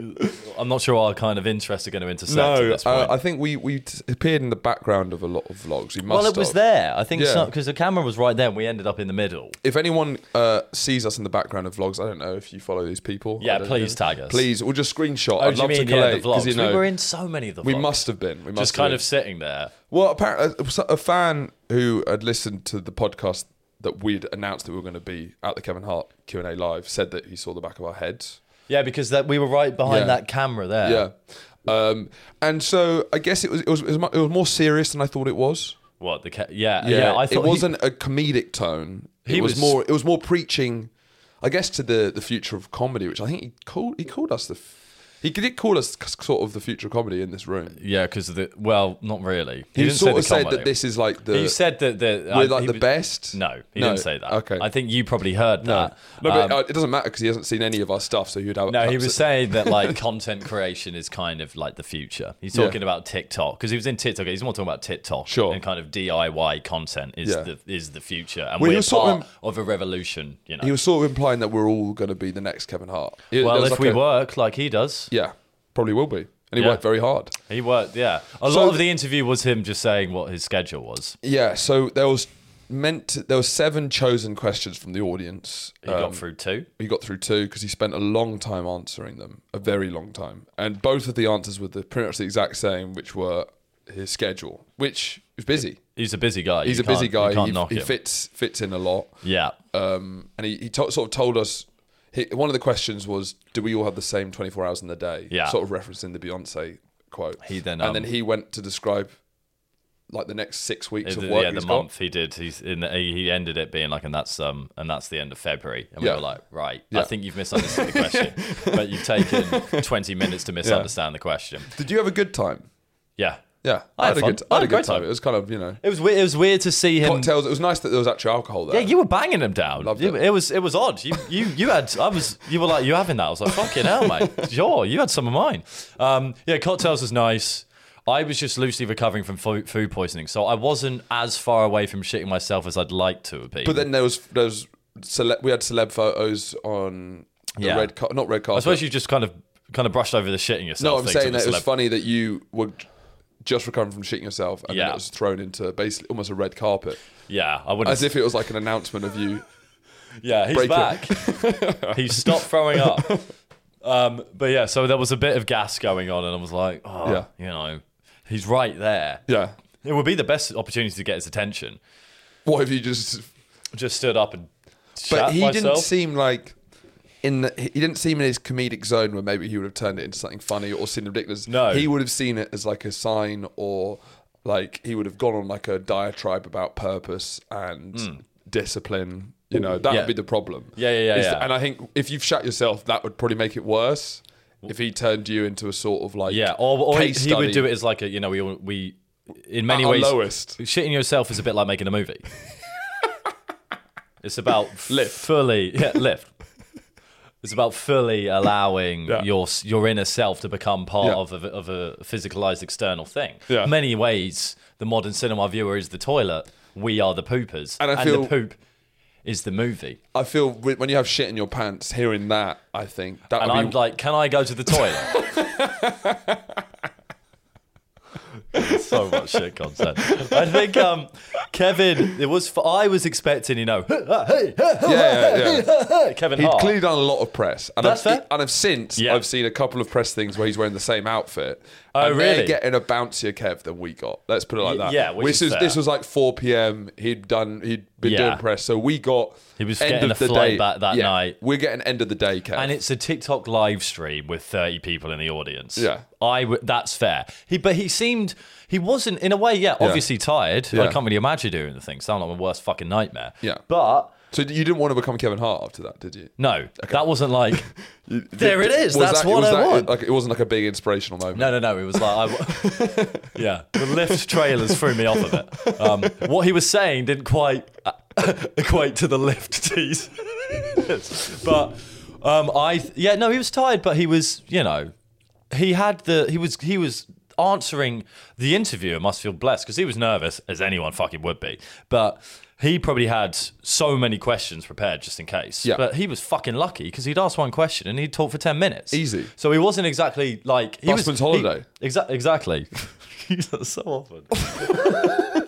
B: I'm not sure our kind of interests are going to intersect at
A: No,
B: this point.
A: uh, I think we we t- appeared in the background of a lot of vlogs. We must
B: well, it was
A: have.
B: there. I think
A: Yeah.
B: because the camera was right there, and we ended up in the middle.
A: If anyone uh, sees us in the background of vlogs, I don't know if you follow these people. I
B: Yeah,
A: don't
B: please
A: know.
B: tag us.
A: Please, or just screenshot.
B: Oh,
A: I'd
B: do you
A: love
B: mean
A: to
B: yeah,
A: collate
B: the vlogs?
A: you
B: we
A: know
B: were in so many of the vlogs.
A: we must have been. We must
B: just
A: have
B: kind
A: been.
B: of sitting there.
A: Well, apparently, a fan who had listened to the podcast that we'd announced that we were going to be at the Kevin Hart Q and A live said that he saw the back of our heads.
B: Yeah, because that we were right behind
A: Yeah.
B: that camera there.
A: Yeah, um, and so I guess it was it was it was, mu- it was more serious than I thought it was.
B: What the? Ca- yeah, Uh, yeah, I thought
A: it
B: he-
A: wasn't a comedic tone. It
B: He
A: was,
B: was-
A: more. It was more preaching, I guess, to the the future of comedy, which I think he called he called us the. f- He did call us c- sort of the future of comedy in this room.
B: yeah, because the well, not really.
A: He,
B: didn't
A: sort
B: say
A: of
B: the
A: said
B: comedy.
A: that this is like the
B: He said that the
A: we're
B: I-
A: like
B: he
A: the
B: was-
A: best.
B: No, he
A: No,
B: didn't say that.
A: okay.
B: I think you probably heard that.
A: No, but
B: Um,
A: uh, it doesn't matter because he hasn't seen any of our stuff, so you'd have.
B: No, he
A: [LAUGHS]
B: was saying that like content creation is kind of like the future. He's
A: Yeah.
B: talking about TikTok because he was in TikTok. He's more talking about TikTok
A: Sure.
B: and kind of DIY content is
A: Yeah.
B: the is the future, and
A: Well, he was
B: we're
A: sort of
B: part of a revolution. You know,
A: he was sort of implying that we're all going to be the next Kevin Hart. It- there
B: well,
A: was
B: if
A: like
B: we
A: a-
B: work like he does,
A: yeah, probably will be, and he
B: Yeah.
A: worked very hard.
B: he worked. Yeah, a
A: So-
B: lot of the interview was him just saying what his schedule was.
A: Yeah, so there was meant to- there were seven chosen questions from the audience. Uh,
B: He got through two.
A: he got through two because he spent a long time answering them, a very long time. And both of the answers were the, pretty much the exact same, which were his schedule, which was busy.
B: He's a busy guy.
A: He's
B: You
A: a busy
B: can't-
A: guy.
B: You can't
A: He,
B: knock
A: he
B: him.
A: fits fits in a lot.
B: yeah,
A: um, and he, he to- sort of told us he, one of the questions was do we all have the same 24 hours in the day
B: Yeah.
A: sort of referencing the beyonce quote
B: He then,
A: and
B: um,
A: then he went to describe like the next six weeks of
B: the,
A: work
B: yeah, the
A: he's
B: month he did. He's in. The, he he ended it being like, and that's um, and that's the end of February. And
A: Yeah.
B: we were like, right,
A: Yeah.
B: I think you've misunderstood
A: [LAUGHS]
B: the question, but you've taken twenty minutes to misunderstand the question.
A: got did you have a good time
B: Yeah,
A: yeah
B: I had
A: a
B: fun.
A: good, I had a
B: great
A: good time.
B: time.
A: it was kind of you know
B: it was weird. It was weird to see him.
A: cocktails it was nice that there was actually alcohol
B: yeah,
A: there
B: you were banging him down.
A: Loved
B: You-
A: it.
B: was it was odd. You you you had I was you were like you having that. I was like fucking hell, mate. Sure, you had some of mine. Um, yeah, cocktails was nice. I was just loosely recovering from fo- food poisoning, so I wasn't as far away from shitting myself as I'd like to have been.
A: but then there was there was cele- we had celeb photos on the
B: Yeah.
A: red car- not red
B: I
A: carpet
B: suppose you just kind of kind of brushed over the shitting yourself.
A: No, I'm
B: thing
A: saying
B: to
A: that
B: the
A: it was
B: celeb-
A: funny that you were just recovering from shitting yourself, and then
B: Yeah.
A: it was thrown into basically almost a red carpet,
B: Yeah, I wouldn't.
A: as if it was like an announcement of you.
B: yeah, he's
A: break
B: back.
A: [LAUGHS]
B: he stopped throwing up. Um, but yeah, so there was a bit of gas going on, and I was like, oh,
A: Yeah.
B: you know, he's right there.
A: Yeah,
B: It would be the best opportunity to get his attention.
A: what if you just?
B: Just stood up and.
A: But
B: shat
A: he didn't
B: myself.
A: seem like in the, he didn't seem in his comedic zone where maybe he would have turned it into something funny or seen ridiculous.
B: No.
A: he would have seen it as like a sign or like he would have gone on like a diatribe about purpose and discipline. You know that
B: Hmm. Yeah.
A: would be the problem.
B: Yeah, yeah, yeah,
A: Is-
B: yeah.
A: And I think if you've shut yourself, that would probably make it worse. If he turned you into a sort of like
B: Yeah, or, or he,
A: case
B: he would
A: study
B: do it as like a you know we all, we in many
A: at our
B: ways
A: lowest.
B: shitting yourself is a bit like making a movie. it's about
A: [LAUGHS]
B: lift fully yeah lift. It's about fully allowing
A: Yeah.
B: your your inner self to become part
A: Yeah.
B: of a, of a physicalized external thing.
A: Yeah.
B: Many ways, the modern cinema viewer is the toilet. We are the poopers,
A: And I feel-
B: the poop is the movie.
A: I feel wi- when you have shit in your pants, hearing that, I think that
B: And
A: would
B: I'm
A: be
B: like, can I go to the toilet?
A: [LAUGHS]
B: so much shit content. I think um, Kevin, it was. For, I was expecting, you know,
A: yeah, yeah, yeah.
B: Kevin
A: He'd
B: Hart.
A: clearly done a lot of press, and
B: Oh. That's
A: I've,
B: fair.
A: and I've since
B: Yeah.
A: I've seen a couple of press things where he's wearing the same outfit.
B: Oh,
A: and they're
B: really?
A: Getting a bouncier Kev than we got. Let's put it like
B: Y-
A: that.
B: yeah, which
A: this
B: is
A: was
B: fair.
A: this was like 4 p.m. He'd done. He'd been
B: Yeah.
A: doing press, so we got.
B: He was
A: end
B: getting
A: of
B: a
A: the
B: flight
A: day.
B: back that
A: Yeah,
B: night.
A: We're getting end of the day, Kev.
B: and it's a TikTok live stream with 30 people in the audience.
A: Yeah.
B: I w- that's fair. He but he seemed he wasn't in a way, yeah, obviously tired. I
A: Yeah.
B: can't really imagine doing the thing. Sound like my worst fucking nightmare.
A: Yeah.
B: But
A: so you didn't want to become Kevin Hart after that, did you?
B: no, that
A: [LAUGHS]
B: wasn't like there it is.
A: Was
B: That's
A: that-
B: what
A: was
B: I
A: that-
B: want.
A: Like it wasn't like a big inspirational moment.
B: no, no, no. It was like, I [LAUGHS] w- yeah, the lift trailers threw me off of it. Um, what he was saying didn't quite uh, [LAUGHS] equate to the lift tease, [LAUGHS] but um, I, th- yeah, no, he was tired, but he was, you know, he had the, he was, he was answering the interviewer must feel blessed because he was nervous as anyone fucking would be, but. He probably had so many questions prepared just in case.
A: Yeah.
B: But he was fucking lucky because he'd asked one question and he'd talk for 10 minutes.
A: Easy.
B: So he wasn't exactly like. He
A: Busman's holiday.
B: he- exa- exactly. [LAUGHS] He's so often. [LAUGHS]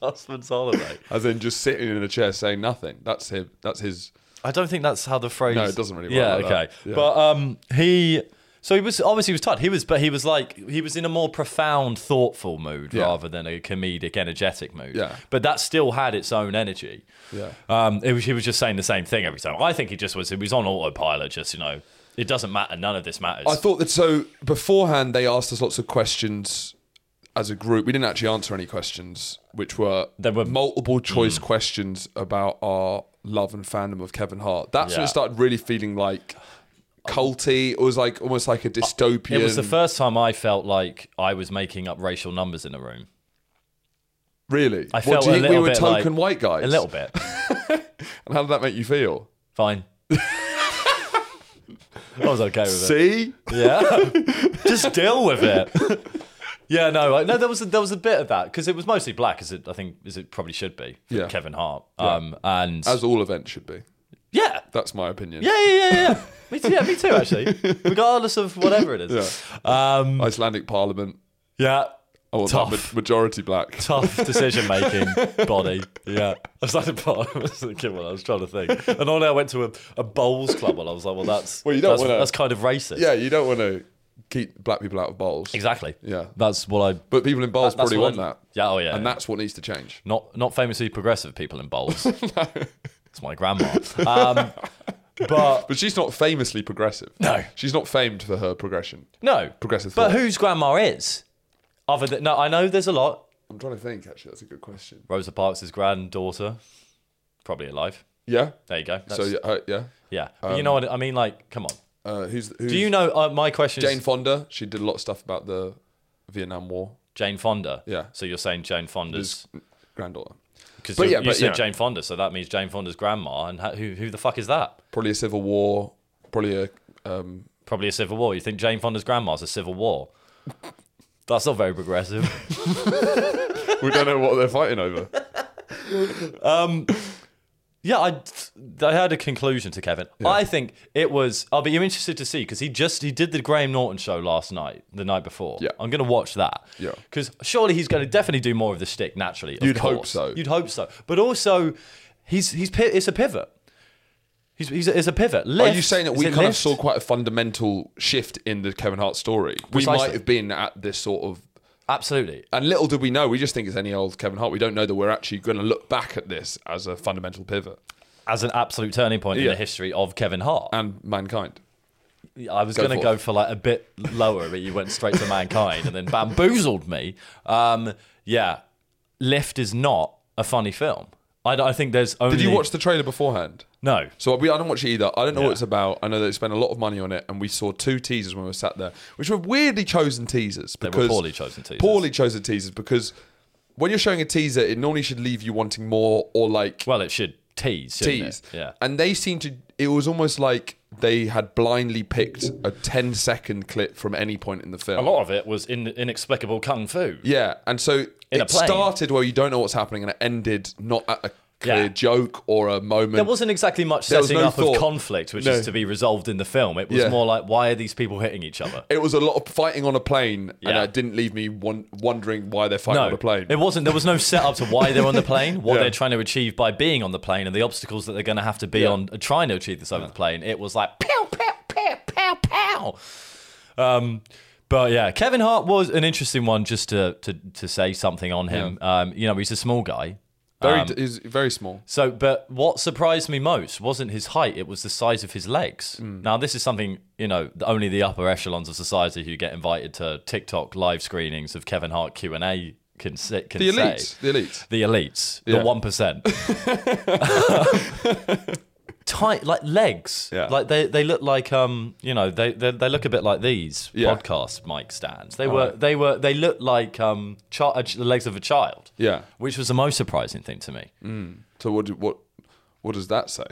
B: Busman's holiday.
A: As in just sitting in a chair saying nothing. That's him. That's his.
B: I don't think that's how the phrase.
A: No, it doesn't really work
B: Yeah,
A: like
B: okay.
A: that. Yeah.
B: But um, he. So he was obviously he was tired. He was, but he was like he was in a more profound, thoughtful mood
A: Yeah.
B: rather than a comedic, energetic mood.
A: Yeah.
B: But that still had its own energy.
A: Yeah.
B: Um, it was, he was just saying the same thing every time. I think he just was. He was on autopilot. Just you know, it doesn't matter. None of this matters.
A: I thought that so beforehand they asked us lots of questions as a group. We didn't actually answer any questions, which were
B: There were- Hmm.
A: multiple choice questions about our love and fandom of Kevin Hart. That's when
B: Yeah.
A: it started really feeling like culty. It was like almost like a dystopian.
B: It was the first time I felt like I was making up racial numbers in a room.
A: really.
B: I
A: what
B: felt
A: do
B: a
A: you think we
B: little
A: were
B: bit
A: token
B: like-
A: white guys?
B: A little bit.
A: And how did that make you feel? [LAUGHS]
B: Fine. I was okay with it.
A: See,
B: Yeah. [LAUGHS] Just deal with it. Yeah, no, I, no. There was a, there was a bit of that because it was mostly black, as it I think as it probably should be. for
A: Yeah.
B: Kevin Hart. Um, and
A: as all events should be.
B: yeah,
A: That's my opinion.
B: yeah, yeah, yeah, yeah. me too. Yeah, me too.
A: [LAUGHS]
B: Actually, regardless of whatever it is. Yeah. Um,
A: Icelandic Parliament.
B: yeah.
A: I want
B: Tough.
A: that ma- majority black.
B: tough decision making body. Yeah. I was like, [LAUGHS] I was thinking what I was trying to think. And on I went to a, a bowls club and I was like, well, that's
A: Well, you don't
B: that's,
A: wanna-
B: that's kind of racist.
A: Yeah, you don't want to keep black people out of bowls.
B: Exactly.
A: Yeah.
B: That's what I
A: But people in bars
B: that's
A: probably
B: what
A: want
B: I-
A: that.
B: Yeah, oh yeah.
A: And
B: yeah.
A: that's what needs to change.
B: not not famously progressive people
A: [LAUGHS]
B: in bowls. It's my grandma. Um,
A: [LAUGHS]
B: but
A: But she's not famously progressive.
B: No.
A: She's not famed for her progression.
B: no.
A: Progressive
B: But
A: thought.
B: whose grandma is? Other than no, I know there's a lot.
A: I'm trying to think, actually. That's a good question.
B: Rosa Parks' granddaughter. Probably alive.
A: Yeah.
B: There you go.
A: So,
B: That's-
A: yeah. Uh, yeah.
B: yeah. But you know what I mean? Like, come on.
A: Uh, who's, who's
B: Do you know uh, my question is
A: Jane Fonda? She did a lot of stuff about the Vietnam War.
B: Jane Fonda.
A: Yeah.
B: So you're saying Jane Fonda's
A: His granddaughter.
B: because
A: But
B: you,
A: yeah,
B: you
A: but,
B: said
A: yeah.
B: Jane Fonda, so that means Jane Fonda's grandma, and ha- who who the fuck is that?
A: Probably a civil war. Probably a. Um, [LAUGHS]
B: Probably a civil war. You think Jane Fonda's grandma's a civil war? That's not very progressive. [LAUGHS]
A: we don't know what they're fighting over.
B: yeah, I I had a conclusion to Kevin. I think it was. I'll be interested to see because he just he did the Graham Norton show last night, the night before.
A: Yeah.
B: I'm gonna watch that.
A: Yeah.
B: because surely he's gonna definitely do more of the stick naturally. of
A: You'd hope
B: course.
A: so.
B: You'd hope so. But also, he's he's pi- it's a pivot. He's, he's a, it's a pivot. Lift,
A: Are you saying that
B: is
A: we
B: it
A: kind of
B: lift?
A: saw quite a fundamental shift in the Kevin Hart story? We
B: Precisely.
A: might have been at this sort of
B: Absolutely.
A: And little did we know, we just think it's any old Kevin Hart. We don't know that we're actually going to look back at this as a fundamental pivot
B: As an absolute turning point in
A: Yeah.
B: the history of Kevin Hart.
A: and mankind.
B: I was going to
A: for it.
B: go for like a bit lower, but you went straight to Mankind and then bamboozled me. Um, yeah. Lift is not a funny film. I, I think there's only.
A: Did you watch the trailer beforehand?
B: No.
A: So we, I don't watch it either. I don't know
B: Yeah.
A: what it's about. I know they spent a lot of money on it, and we saw two teasers when we were sat there, which were weirdly chosen teasers.
B: They
A: Because
B: were poorly chosen teasers.
A: Poorly chosen teasers because when you're showing a teaser, it normally should leave you wanting more or like
B: Well, it should tease. shouldn't it?
A: tease.
B: Yeah.
A: And they seemed to. It was almost like they had blindly picked a 10 second clip from any point in the film.
B: A lot of it was in, inexplicable kung fu.
A: Yeah, and so
B: In a
A: it
B: plane.
A: started where you don't know what's happening, and it ended not at a clear
B: Yeah.
A: joke or a moment.
B: There wasn't exactly much
A: There was
B: setting
A: no
B: up
A: thought.
B: of conflict, which
A: No.
B: is to be resolved in the film. It was
A: Yeah.
B: more like, why are these people hitting each other?
A: it was a lot of fighting on a plane, and
B: Yeah.
A: it didn't leave me won- wondering why they're fighting on a plane.
B: It wasn't. There was no setup to why they're
A: [LAUGHS]
B: on the plane, what
A: Yeah.
B: they're trying to achieve by being on the plane, and the obstacles that they're going to have to be
A: Yeah.
B: on uh, trying to achieve this over the plane. It was like pow, pow, pow, pow, pow. Um, but yeah, Kevin Hart was an interesting one. Just to to, to say something on him. Um, you know, he's a small guy.
A: very,
B: Um,
A: he's very small.
B: so, but what surprised me most wasn't his height; it was the size of his legs.
A: Mm.
B: Now, this is something you know th- only the upper echelons of society who get invited to TikTok live screenings of Kevin Hart Q and A can, say- can
A: The
B: say.
A: elites, the elites.
B: The elites,
A: Yeah.
B: the one
A: [LAUGHS]
B: percent. Tight like legs,
A: Yeah.
B: like they, they look like um you know they they, they look a bit like these
A: Yeah.
B: podcast mic stands. They were they were they looked like um chi- a ch- the legs of a child.
A: Yeah.
B: which was the most surprising thing to me.
A: Mm. So what? do- What? What does that say?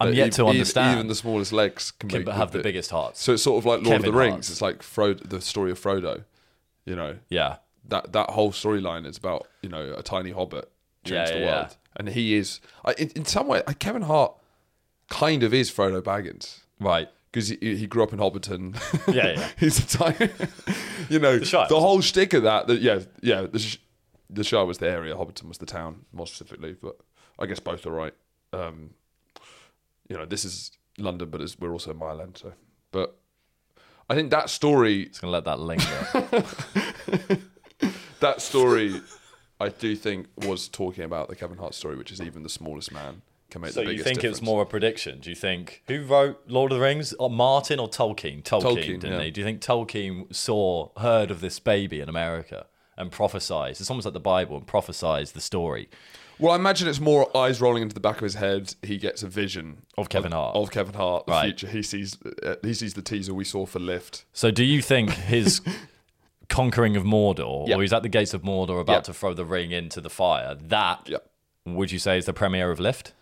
B: I'm
A: That
B: yet
A: ev-
B: to
A: ev-
B: understand.
A: e- Even the smallest legs can,
B: can
A: make
B: have the biggest hearts.
A: So it's sort of like Lord
B: Kevin
A: of the Rings.
B: Hart.
A: It's like Frodo, the story of Frodo. You know
B: Yeah,
A: that that whole storyline is about you know a tiny hobbit changed
B: Yeah,
A: the
B: yeah, yeah.
A: world, and he is I, in, in some way I, Kevin Hart kind of is Frodo Baggins
B: right.
A: because he, he grew up in Hobbiton.
B: Yeah, yeah.
A: [LAUGHS] he's a tiny. You know the,
B: Shire.
A: whole shtick of that. that yeah, yeah. The, sh- the Shire was the area. Hobbiton was the town, more specifically. But I guess both are right. Um, you know, this is London, but it's, we're also in my land. So, but I think that story
B: Just gonna let that linger.
A: that story, I do think, was talking about the Kevin Hart story, which is even the smallest man can make
B: so
A: the
B: you
A: biggest
B: think
A: difference.
B: it's more a prediction? Do you think who wrote Lord of the Rings? Or Martin or Tolkien? Tolkien,
A: Tolkien,
B: didn't
A: yeah.
B: he? Do you think Tolkien saw, heard of this baby in America and prophesized? It's almost like the Bible and prophesized the story
A: Well, I imagine it's more eyes rolling into the back of his head. He gets a vision
B: of Kevin Hart.
A: of Kevin Hart, the
B: Right.
A: future. He sees uh, he sees the teaser we saw for Lift.
B: so do you think
A: [LAUGHS]
B: his conquering of Mordor,
A: Yeah.
B: or he's at the gates of Mordor about
A: Yeah.
B: to throw the ring into the fire? That
A: Yeah.
B: would you say is the premiere of Lift?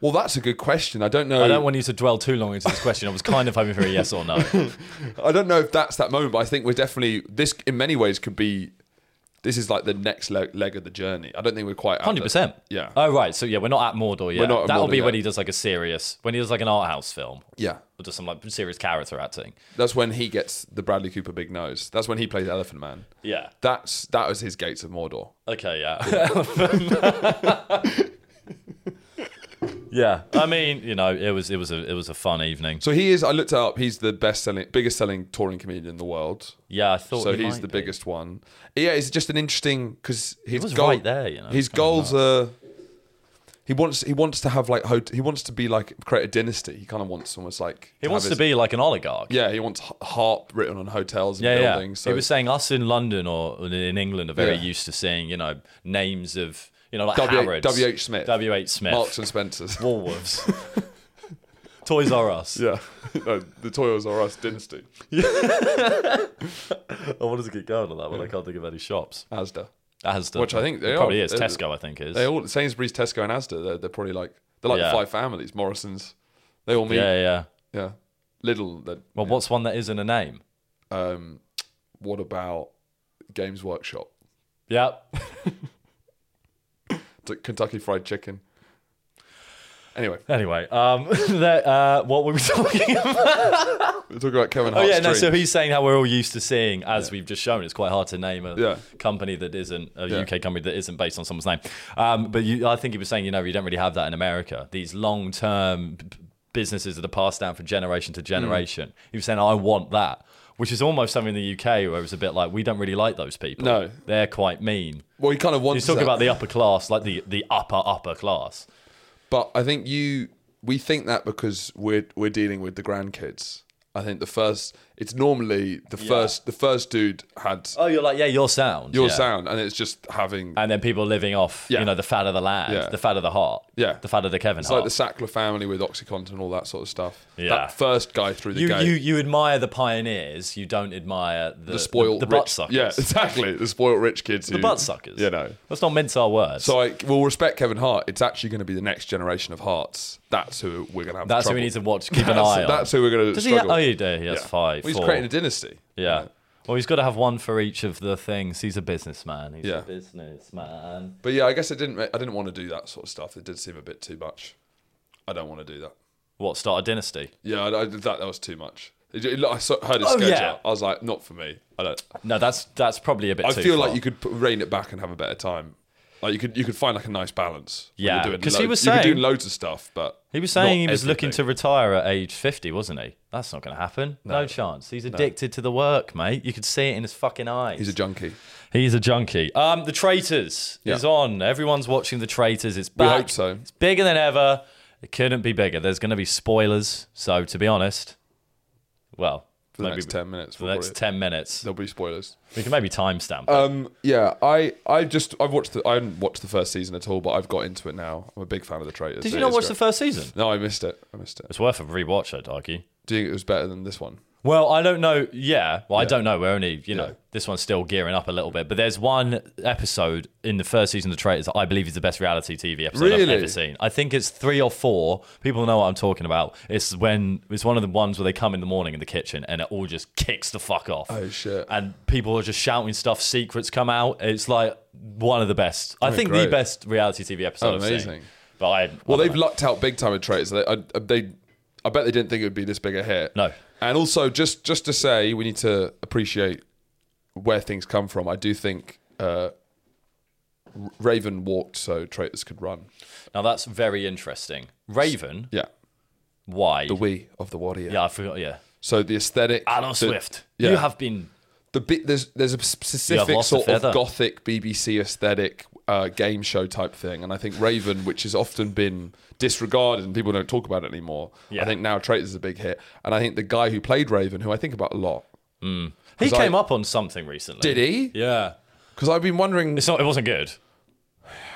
A: Well, that's a good question. I don't know.
B: I don't want you to dwell too long into this question. I was kind of hoping for a yes or no.
A: know if that's that moment, but I think we're definitely this. In many ways, could be. This is like the next leg, leg of the journey. I don't think we're quite at the-
B: Hundred percent.
A: Yeah.
B: Oh right. So yeah, we're not at Mordor yet.
A: not at
B: That'll
A: Mordor
B: be when
A: yet.
B: he does like a serious, when he does like an art house film
A: Yeah,
B: or just some like serious character acting.
A: that's when he gets the Bradley Cooper big nose. That's when he plays Elephant Man.
B: Yeah.
A: That's that was his Gates of Mordor.
B: Okay. Yeah.
A: [LAUGHS]
B: yeah. I mean, you know, it was it was a it was a fun evening.
A: So he is. I looked it up. He's the best selling, biggest selling touring comedian in the world.
B: Yeah, I thought.
A: So
B: he
A: he's
B: might
A: the
B: be.
A: biggest one. Yeah, it's just an interesting because his
B: was
A: goal-
B: right there, you know,
A: His
B: kind of
A: goals are. He wants. He wants to have like. hot- He wants to be like create a dynasty. He kind of wants almost like.
B: He
A: have
B: wants to
A: his-
B: be like an oligarch.
A: Yeah, he wants h- harp written on hotels and
B: Yeah, yeah.
A: buildings. So
B: He was saying us in London or in England are very
A: Yeah.
B: used to seeing, you know, names of, you know, like
A: W.
B: Harrods,
A: W. H. Smith,
B: W. H. Smith,
A: Marks and
B: [LAUGHS]
A: Spencers. [LAUGHS]
B: Woolworths, [LAUGHS] Toys R Us.
A: yeah, no, the Toyos R Us dynasty.
B: I wanted to get going on that one. I can't think of any shops.
A: Asda.
B: Asda,
A: Hmm. Which I think they
B: it probably
A: are.
B: is.
A: They're-
B: Tesco, I think is.
A: They
B: Yeah,
A: all Sainsbury's, Tesco, and Asda. They're, they're probably like they're like
B: Yeah.
A: the five families. Morrison's. They all meet.
B: yeah, yeah.
A: Yeah. Little that
B: Well, what's one that isn't a name?
A: um what about Games Workshop?
B: Yep. [LAUGHS]
A: It's like Kentucky Fried Chicken. Anyway,
B: Anyway, um, [LAUGHS] that, uh, what were we [LAUGHS] talking about?
A: we talk about Kevin
B: Oh
A: Hart's
B: yeah, no.
A: dream.
B: So he's saying how we're all used to seeing, as we've just shown, it's quite hard to name a
A: Yeah.
B: company that isn't a UK company that isn't based on someone's name. Um, but you, I think he was saying, you know, you don't really have that in America. These long-term b- b- businesses that are passed down from generation to generation.
A: Mm.
B: He was saying, I want that, which is almost something in the UK where it's a bit like we don't really like those people.
A: No.
B: they're quite mean.
A: well, he kind of wants
B: He's talking
A: that,
B: about the upper class, like the the upper upper class.
A: but I think you we think that because we're we're dealing with the grandkids. I think the first it's normally the first the first dude had
B: Oh, you're like, yeah, your sound,
A: your
B: yeah.
A: sound and it's just having
B: And then people living off,
A: Yeah.
B: you know, the fat of the land,
A: Yeah.
B: the fat of the heart,
A: Yeah.
B: the fat of the Kevin
A: it's
B: Hart.
A: like the Sackler family with OxyContin and all that sort of stuff.
B: Yeah.
A: That first guy through the
B: you,
A: gate.
B: you you admire the pioneers. You don't admire the,
A: the spoiled
B: the,
A: rich,
B: butt suckers.
A: Yeah, [LAUGHS] exactly. The spoiled rich kids. The
B: butt suckers.
A: You know.
B: Let's not mince our words.
A: So I will respect Kevin Hart. It's actually going to be the next generation of Hearts. That's who we're going to have.
B: that's who
A: trouble.
B: we need to watch. Keep
A: [LAUGHS]
B: an
A: That's-
B: eye on.
A: That's who we're going to
B: Does he?
A: struggle.
B: Oh, he do. He has five.
A: Well, he's
B: four.
A: creating a dynasty.
B: yeah. Well, he's got to have one for each of the things. He's a businessman. He's
A: Yeah.
B: a businessman.
A: But yeah, I guess I didn't. ma- I didn't want to do that sort of stuff. It did seem a bit too much. I don't want to do that.
B: What, start a dynasty?
A: Yeah, I, I, that that was too much. It- it- I saw, heard his
B: Oh,
A: schedule.
B: yeah.
A: I was like, not for me. I don't.
B: No, that's that's probably a bit
A: I
B: too
A: feel
B: far.
A: like you could put, rein it back and have a better time. Like you could, you could find like a nice balance. when
B: Yeah,
A: you're doing
B: 'cause he was
A: you could
B: saying-
A: do loads of stuff, but
B: He was saying
A: not
B: he was looking to
A: everything.
B: retire at age 50, wasn't he? That's not going to happen. No. chance. He's addicted to the work, mate. You could see it in his fucking eyes.
A: He's a junkie.
B: He's a junkie. Um, The Traitors is
A: Yeah.
B: on. Everyone's watching The Traitors. It's back.
A: hope so.
B: It's bigger than ever. It couldn't be bigger. There's going to be spoilers. So, to be honest, well,
A: For the
B: maybe
A: next ten minutes,
B: for the next 10 minutes.
A: there'll be spoilers.
B: We can maybe timestamp. it.
A: Um, yeah, I, I just, I've watched the, I haven't watched the first season at all, but I've got into it now. I'm a big fan of the Traitors.
B: Did you not watch the first season?
A: No, I missed it. I missed it.
B: It's worth a rewatch, though, Darky.
A: Do you think it was better than this one?
B: Well, I don't know. Yeah, well, I don't know. We're only, you know, this one's still gearing up a little bit. But there's one episode in the first season of The Traitors that I believe is the best reality TV episode I've
A: Really?
B: ever seen. I think it's three or four. People know what I'm talking about. It's when it's one of the ones where they come in the morning in the kitchen and it all just kicks the fuck off.
A: Oh, shit.
B: And people are just shouting stuff. Secrets come out. It's like one of the best. I think the
A: great.
B: best reality TV episode.
A: Oh,
B: I've seen.
A: amazing.
B: But I
A: Well,
B: I
A: they've lucked out big time with Traitors. They, I, uh, they, I bet they didn't think it would be this big a hit.
B: No.
A: And also, just just to say, we need to appreciate where things come from. I do think uh, R- Raven walked so Traitors could run.
B: now that's very interesting. Raven,
A: Yeah,
B: why?
A: the we of the warrior.
B: yeah, I forgot. Yeah.
A: So the aesthetic.
B: Alan
A: the,
B: Swift,
A: yeah.
B: you have been.
A: the bit there's there's a specific
B: lost a
A: sort of
B: feather.
A: gothic BBC aesthetic uh, game show type thing, and I think Raven, which has often been disregarded and people don't talk about it anymore,
B: Yeah.
A: I think now Traitors is a big hit, and I think the guy who played Raven, who I think about a lot,
B: He
A: 'Cause I-
B: came up on something recently.
A: did he?
B: Yeah.
A: Because I've been wondering,
B: It's not. It wasn't good.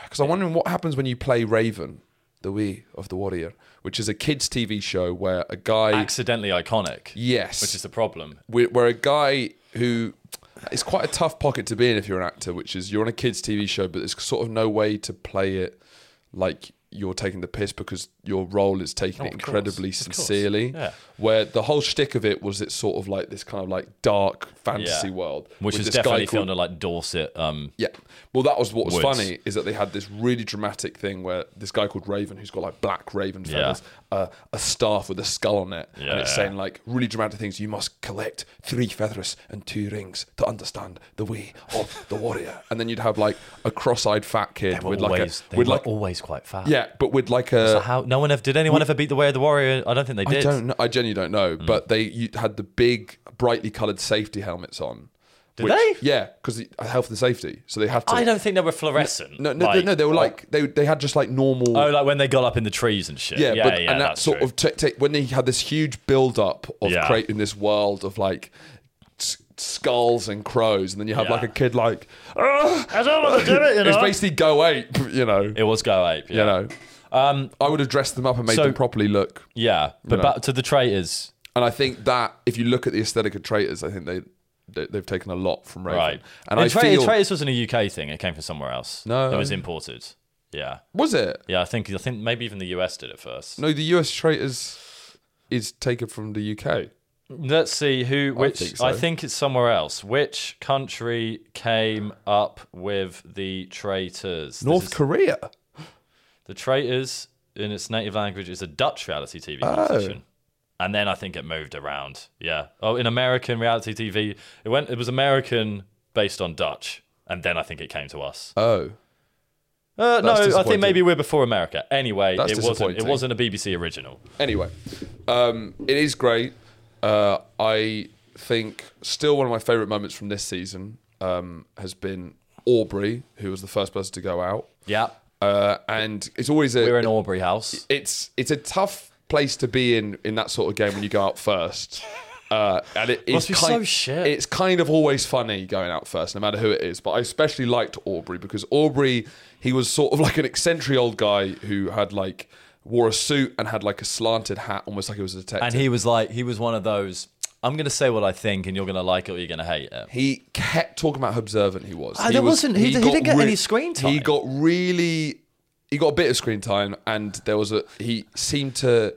A: because I'm wondering what happens when you play Raven, the Wii of the Warrior, which is a kids' TV show where a guy,
B: Accidentally iconic.
A: yes,
B: Which is the problem.
A: where, where a guy who it's quite a tough pocket to be in if you're an actor, which is you're on a kids' TV show, but there's sort of no way to play it like you're taking the piss because your role is taking it
B: Oh, of
A: incredibly
B: course, of course,
A: sincerely.
B: yeah.
A: Where the whole shtick of it was it's sort of like this kind of like dark fantasy
B: Yeah.
A: world,
B: Which
A: with
B: is
A: this guy
B: definitely
A: called-
B: filmed in like Dorset. Um.
A: yeah. Well, that was what was
B: Woods.
A: funny is that they had this really dramatic thing where this guy called Raven, who's got like black raven
B: Yeah.
A: feathers, uh, a staff with a skull on it, and it's
B: Yeah.
A: saying like really dramatic things. You must collect three feathers and two rings to understand the way of the warrior. [LAUGHS] And then you'd have like a cross-eyed fat kid
B: were
A: with
B: always,
A: like a
B: they
A: with
B: were
A: like
B: always quite fat.
A: yeah, but with like a
B: So how? No one ever did. Anyone ever beat the Way of the Warrior? I don't think they
A: I
B: did.
A: don't know. I genuinely don't know.
B: Mm.
A: But they you had the big, brightly coloured safety helmets on. Did
B: they?
A: Yeah, because health and safety. So they had to.
B: I don't think they were fluorescent.
A: No, no,
B: like-
A: no, they were like they they had just like normal.
B: Oh, like when they got up in the trees and shit.
A: yeah,
B: Yeah, yeah,
A: but and that
B: that's
A: sort
B: true.
A: of t- t- when they had this huge build up of
B: Yeah.
A: creating this world of like s- skulls and crows, and then you have
B: Yeah.
A: like a kid like "Ugh!"
B: I don't
A: [LAUGHS]
B: want to do it. You
A: it's basically go ape, [LAUGHS] you know,
B: it was go ape.
A: you
B: Yeah,
A: know. Um, I would have dressed them up and made
B: so-
A: them properly look,
B: yeah. But
A: know.
B: back to the traitors.
A: and I think that if you look at the aesthetic of traitors, I think they, they they've taken a lot from Raven.
B: Right.
A: And I
B: Tra-
A: feel
B: Traitors wasn't a UK thing. It came from somewhere else.
A: No.
B: It was imported. Yeah.
A: was it
B: Yeah, I think I think maybe even the US did it first.
A: no the US traitors is taken from the UK.
B: Let's see who which I think,
A: think so.
B: it's somewhere else. Which country came up with the traitors? This
A: North
B: is-
A: Korea.
B: the traitors in its native language is a Dutch reality TV
A: Oh.
B: competition. And then I think it moved around. Yeah. Oh, in American reality TV, it went it was American based on Dutch. And then I think it came to us.
A: Oh.
B: Uh, no, I think
A: disappointing.
B: maybe we're before America. Anyway,
A: That's
B: it wasn't. It
A: disappointing.
B: wasn't a BBC original.
A: Anyway, um, it is great. Uh, I think still one of my favourite moments from this season um, has been Aubrey, who was the first person to go out.
B: Yeah,
A: Uh, and it's always a
B: we're in Aubrey House.
A: it's it's a tough place to be in in that sort of game when you go out first. Uh, and it is
B: Must be so
A: kind,
B: shit.
A: It's kind of always funny going out first, no matter who it is. But I especially liked Aubrey because Aubrey, he was sort of like an eccentric old guy who had like wore a suit and had like a slanted hat, almost like he was a detective.
B: And he was like, he was one of those. I'm gonna say what I think, and you're gonna like it or you're gonna hate it.
A: He kept talking about how observant he was.
B: there Ah, wasn't- he d- he
A: got
B: didn't get any screen
A: He
B: time.
A: got really, he got a bit of screen time, and there was a he seemed to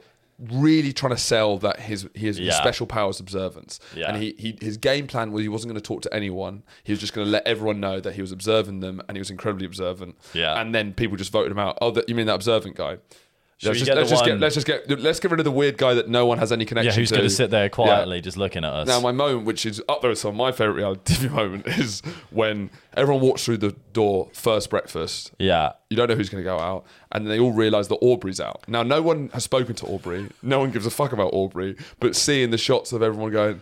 A: really trying to sell that his his
B: Yeah.
A: special powers observance.
B: Yeah.
A: And he, he his game plan was he wasn't going to talk to anyone. He was just going to let everyone know that he was observing them, and he was incredibly observant.
B: Yeah.
A: And then people just voted him out. Oh, that, you mean that observant guy? let's
B: Should we
A: just,
B: get
A: let's,
B: the
A: just get,
B: one-
A: let's just get let's get rid of the weird guy that no one has any connection
B: Yeah, who's
A: to.
B: going to sit there
A: Yeah.
B: quietly just looking at us?
A: Now, my moment, which is up there, so my favorite reality [LAUGHS] TV moment is when everyone walks through the door first breakfast.
B: yeah.
A: You don't know who's going to go out, and they all realize that Aubrey's out. Now, no one has spoken to Aubrey. No one gives a fuck about Aubrey. But seeing the shots of everyone going,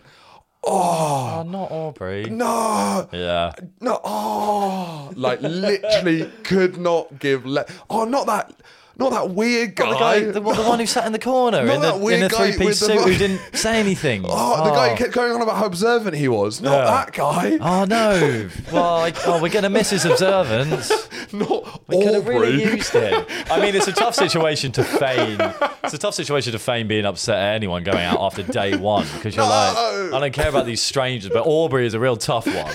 B: Oh, not Aubrey.
A: no,
B: Yeah.
A: no, oh,
B: [LAUGHS]
A: like literally could not give. Le- oh, not that, not that weird guy.
B: The, guy, the, the one who sat in the corner
A: Not
B: in the,
A: that weird
B: in the
A: guy with
B: three piece
A: the
B: suit who
A: mu-
B: didn't say anything.
A: [LAUGHS] [LAUGHS] Oh, the guy who kept going on about how observant he was. Not
B: Yeah.
A: that guy.
B: Oh no! Well, I, oh, we're gonna miss his observance.
A: Not
B: We could have
A: Aubrey.
B: really used him. [LAUGHS] I mean, it's a tough situation to feign. It's a tough situation to feign being upset at anyone going out after day one because you're
A: No.
B: like, I don't care about these strangers, but Aubrey is a real tough one.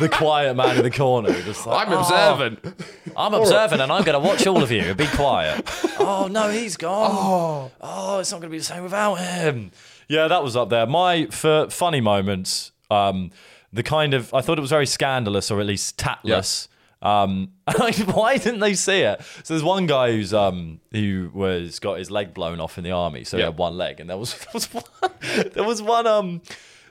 B: The quiet man in the corner, who just like,
A: I'm
B: "Oh,
A: observant.
B: I'm observant, and I'm going to watch all of you. Be quiet. [LAUGHS] Oh no, he's gone. Oh, it's not going to be the same without him. Yeah, that was up there. My for funny moments, um, the kind of I thought it was very scandalous, or at least tactless. Um, [LAUGHS] why didn't they see it? So there's one guy who's um who was got his leg blown off in the army, so
A: Yeah.
B: he had one leg, and there was [LAUGHS] there was one there was one um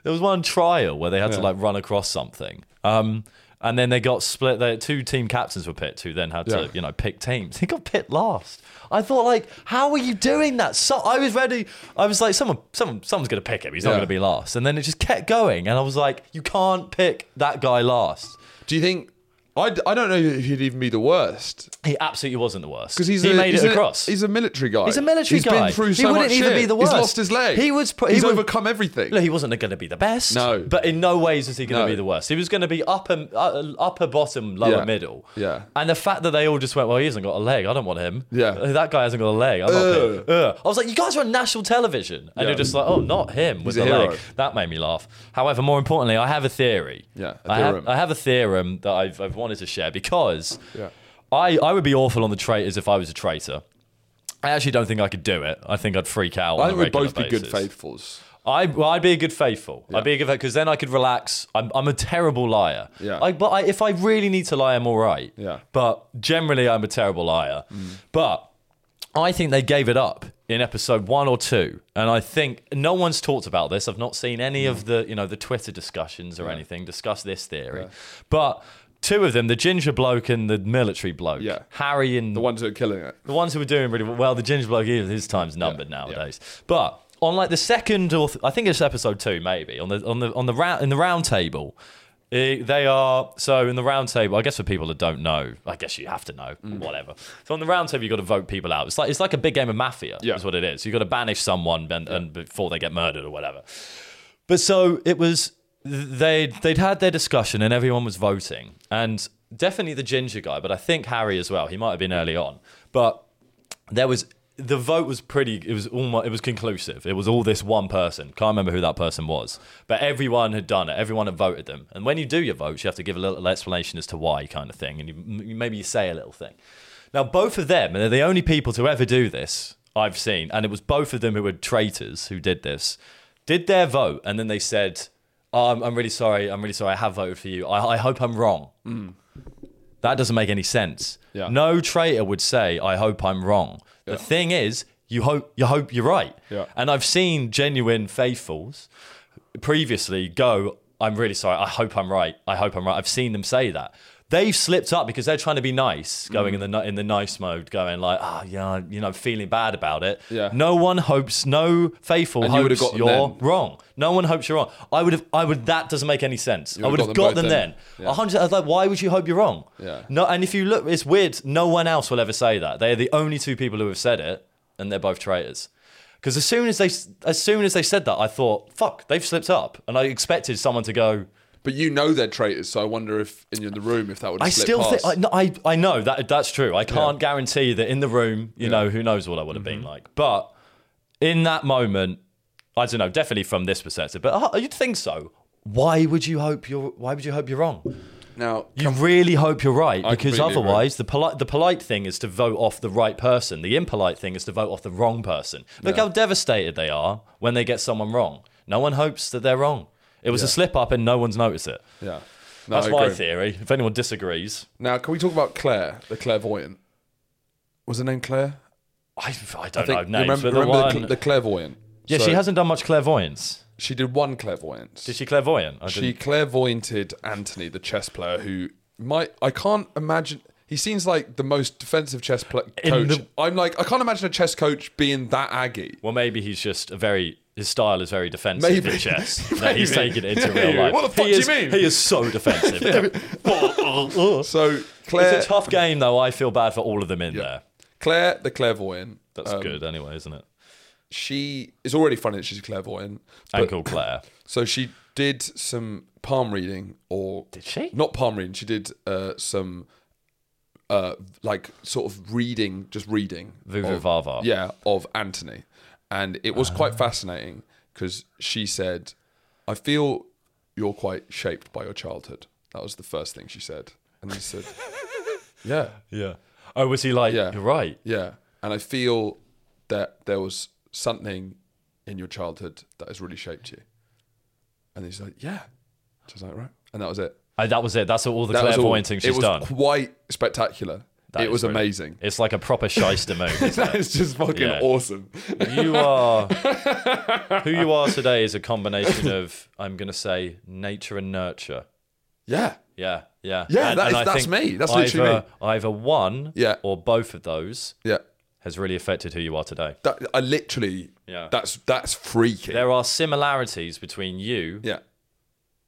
B: there was one trial where they had to like run across something. Um, and then they got split. They, two team captains were picked, who then had
A: Yeah.
B: to you know pick teams. [LAUGHS] They got picked last. I thought like, how are you doing that? So I was ready. I was like, someone, someone, someone's gonna pick him. He's not
A: Yeah.
B: gonna be last. And then it just kept going, and I was like, you can't pick that guy last.
A: Do you think? I, I don't know if he'd even be the worst
B: He absolutely wasn't the worst
A: because he's
B: he
A: a,
B: made
A: he's a-
B: it across.
A: he's a military guy.
B: He's a military
A: He's
B: guy.
A: been through
B: He
A: so
B: wouldn't
A: much
B: even
A: shit.
B: be the
A: He's
B: worst.
A: lost his leg.
B: He was pro- he
A: he's
B: would-
A: overcome everything.
B: Look, he wasn't going to be the best.
A: No.
B: but in no ways is he going to
A: No.
B: be the worst. He was going to be upper, uh, upper, bottom, lower,
A: Yeah.
B: middle.
A: Yeah.
B: And the fact that they all just went, well, he hasn't got a leg. I don't want him.
A: Yeah.
B: Uh, that guy hasn't got a leg. I'm
A: Ugh.
B: not picking- Ugh. I was like, you guys are on national television, and
A: Yeah.
B: you're just like, oh, not him with
A: He's a
B: the
A: hero.
B: leg. That made me laugh. However, more importantly, I have a theory.
A: Yeah, a
B: I
A: theorem.
B: have, I have a theorem that I've, I've wanted to share because
A: Yeah.
B: I, I would be awful on the traitors if I was a traitor. I actually don't think I could do it. I think I'd freak out.
A: I
B: on
A: think
B: a
A: we'd
B: regular
A: both be good
B: basis.
A: faithfuls.
B: I, well, I'd be a good faithful. I'd be a good because then I could relax. I'm, I'm a terrible liar.
A: Yeah.
B: I, but I, if I really need to lie, I'm all right.
A: Yeah. Mm.
B: But generally, I'm a terrible liar. But I think they gave it up in episode one or two, and I think no one's talked about this. I've not seen any
A: Mm.
B: of the you know the Twitter discussions or anything discuss this theory. But two of them, the ginger bloke and the military bloke,
A: Yeah.
B: Harry and
A: The ones who are killing it.
B: the ones who were doing really well, the ginger bloke, he- his time's numbered nowadays. But on like the second or th- I think it's episode two, maybe on the on the on the round in the round table, eh, they are so in the round table. I guess for people that don't know, I guess you have to know, whatever. So on the round table, you got to vote people out. It's like it's like a big game of mafia.
A: Yeah.
B: is what it is. You got to banish someone and, and before they get murdered or whatever. But so it was they'd they'd had their discussion and everyone was voting. And definitely the ginger guy, but I think Harry as well. He might have been early on. But there was the vote was pretty it was almost it was conclusive. It was all this one person. Can't remember who that person was. But everyone had done it. Everyone had voted them. And when you do your votes, you have to give a little explanation as to why kind of thing. And you, maybe you say a little thing. Now both of them, and they're the only people to ever do this I've seen, and it was both of them who were traitors who did this did their vote and then they said, oh, I'm, I'm really sorry. I'm really sorry. I have voted for you. I, I hope I'm wrong. That doesn't make any sense.
A: Yeah.
B: No traitor would say, I hope I'm wrong. The thing is, you hope you hope you're right.
A: Yeah.
B: And I've seen genuine faithfuls previously go, I'm really sorry, I hope I'm right. I hope I'm right. I've seen them say that. They've slipped up because they're trying to be nice, going
A: Mm.
B: in the ni- in the nice mode, going like, ah, yeah, you know, feeling bad about it.
A: Yeah.
B: No one hopes, no faithful
A: And you would've
B: hopes
A: got them
B: you're
A: then.
B: wrong. No one hopes you're wrong. I would have. I would. That doesn't make any sense. I would
A: would've
B: have
A: got
B: got
A: them
B: them,
A: both then.
B: then.
A: Yeah.
B: A hundred. I was like, why would you hope you're wrong?
A: Yeah.
B: No. And if you look, it's weird. No one else will ever say that. They are the only two people who have said it, and they're both traitors. Because as soon as they, as soon as they said that, I thought, fuck, they've slipped up, and I expected someone to go.
A: But you know they're traitors, so I wonder if in the room if that would.
B: I
A: slip
B: still
A: past.
B: think I, no, I I know that that's true. I can't guarantee that in the room, you know, who knows what I would have
A: Mm-hmm.
B: been like. But in that moment, I don't know. Definitely from this perspective, but uh, you'd think so. Why would you hope you're? Why would you hope you're wrong?
A: Now,
B: You really hope you're right
A: I
B: because
A: completely agree.
B: otherwise, the polite the polite thing is to vote off the right person. The impolite thing is to vote off the wrong person. Look how devastated they are when they get someone wrong. No one hopes that they're wrong. It was a slip up and no one's noticed it.
A: yeah, No,
B: That's
A: I
B: my
A: agree.
B: theory. If anyone disagrees,
A: Now, can we talk about Claire, the clairvoyant? Was her name Claire?
B: I, I don't
A: think-
B: know
A: remember,
B: names, but the
A: remember
B: one-
A: cl- the clairvoyant.
B: yeah,
A: So
B: she hasn't done much clairvoyance.
A: She did one clairvoyance.
B: Is she clairvoyant? I
A: she
B: didn't-
A: clairvoyanted Anthony, the chess player, who might I can't imagine. He seems like the most defensive chess pla
B: In
A: coach.
B: the-
A: I'm like, I can't imagine a chess coach being that aggy.
B: well, maybe he's just a very. His style is very defensive
A: Maybe. [LAUGHS]
B: in chess. That he's
A: Maybe.
B: taken it into
A: Maybe.
B: real
A: [LAUGHS]
B: life.
A: What the fuck
B: he
A: do you
B: is,
A: mean?
B: He is
A: [LAUGHS]
B: so defensive.
A: So Claire,
B: It's a tough game, though. I feel bad for all of them in there.
A: Claire, the clairvoyant.
B: That's
A: um,
B: good, anyway, isn't it?
A: She is already funny that she's clairvoyant. but-
B: Uncle Claire.
A: so she did some palm reading, or
B: Did she?
A: not palm reading. She did uh, some uh, like sort of reading, just reading.
B: Vuvu
A: of-
B: Vava.
A: Yeah, of Anthony. And it was
B: Ah.
A: quite fascinating because she said, I feel you're quite shaped by your childhood. That was the first thing she said. And I
B: [LAUGHS]
A: said, [COUGHS] Yeah,
B: Yeah. Oh, was he like?
A: Yeah.
B: You're right.
A: yeah. And I feel that there was something in your childhood that has really shaped you. And he's like, Yeah. She was like, Right. And that was it.
B: Oh, that was it. That's all the
A: That was all-
B: clairvoyanting
A: It
B: she's
A: was
B: done.
A: quite spectacular. it
B: is
A: was
B: brilliant. [LAUGHS]
A: amazing. [LAUGHS]
B: It's like a proper shyster move.
A: That is just fucking
B: Yeah.
A: awesome. [LAUGHS]
B: you are who you are today is a combination of I'm gonna say nature and nurture.
A: Yeah.
B: Yeah, yeah,
A: Yeah,
B: And,
A: that
B: and
A: is-
B: I
A: that's
B: think
A: me. That's literally
B: either, Either one,
A: Yeah.
B: or both of those
A: Yeah.
B: has really affected who you are today.
A: That I literally.
B: Yeah.
A: That's that's freaky.
B: There are similarities between you
A: yeah.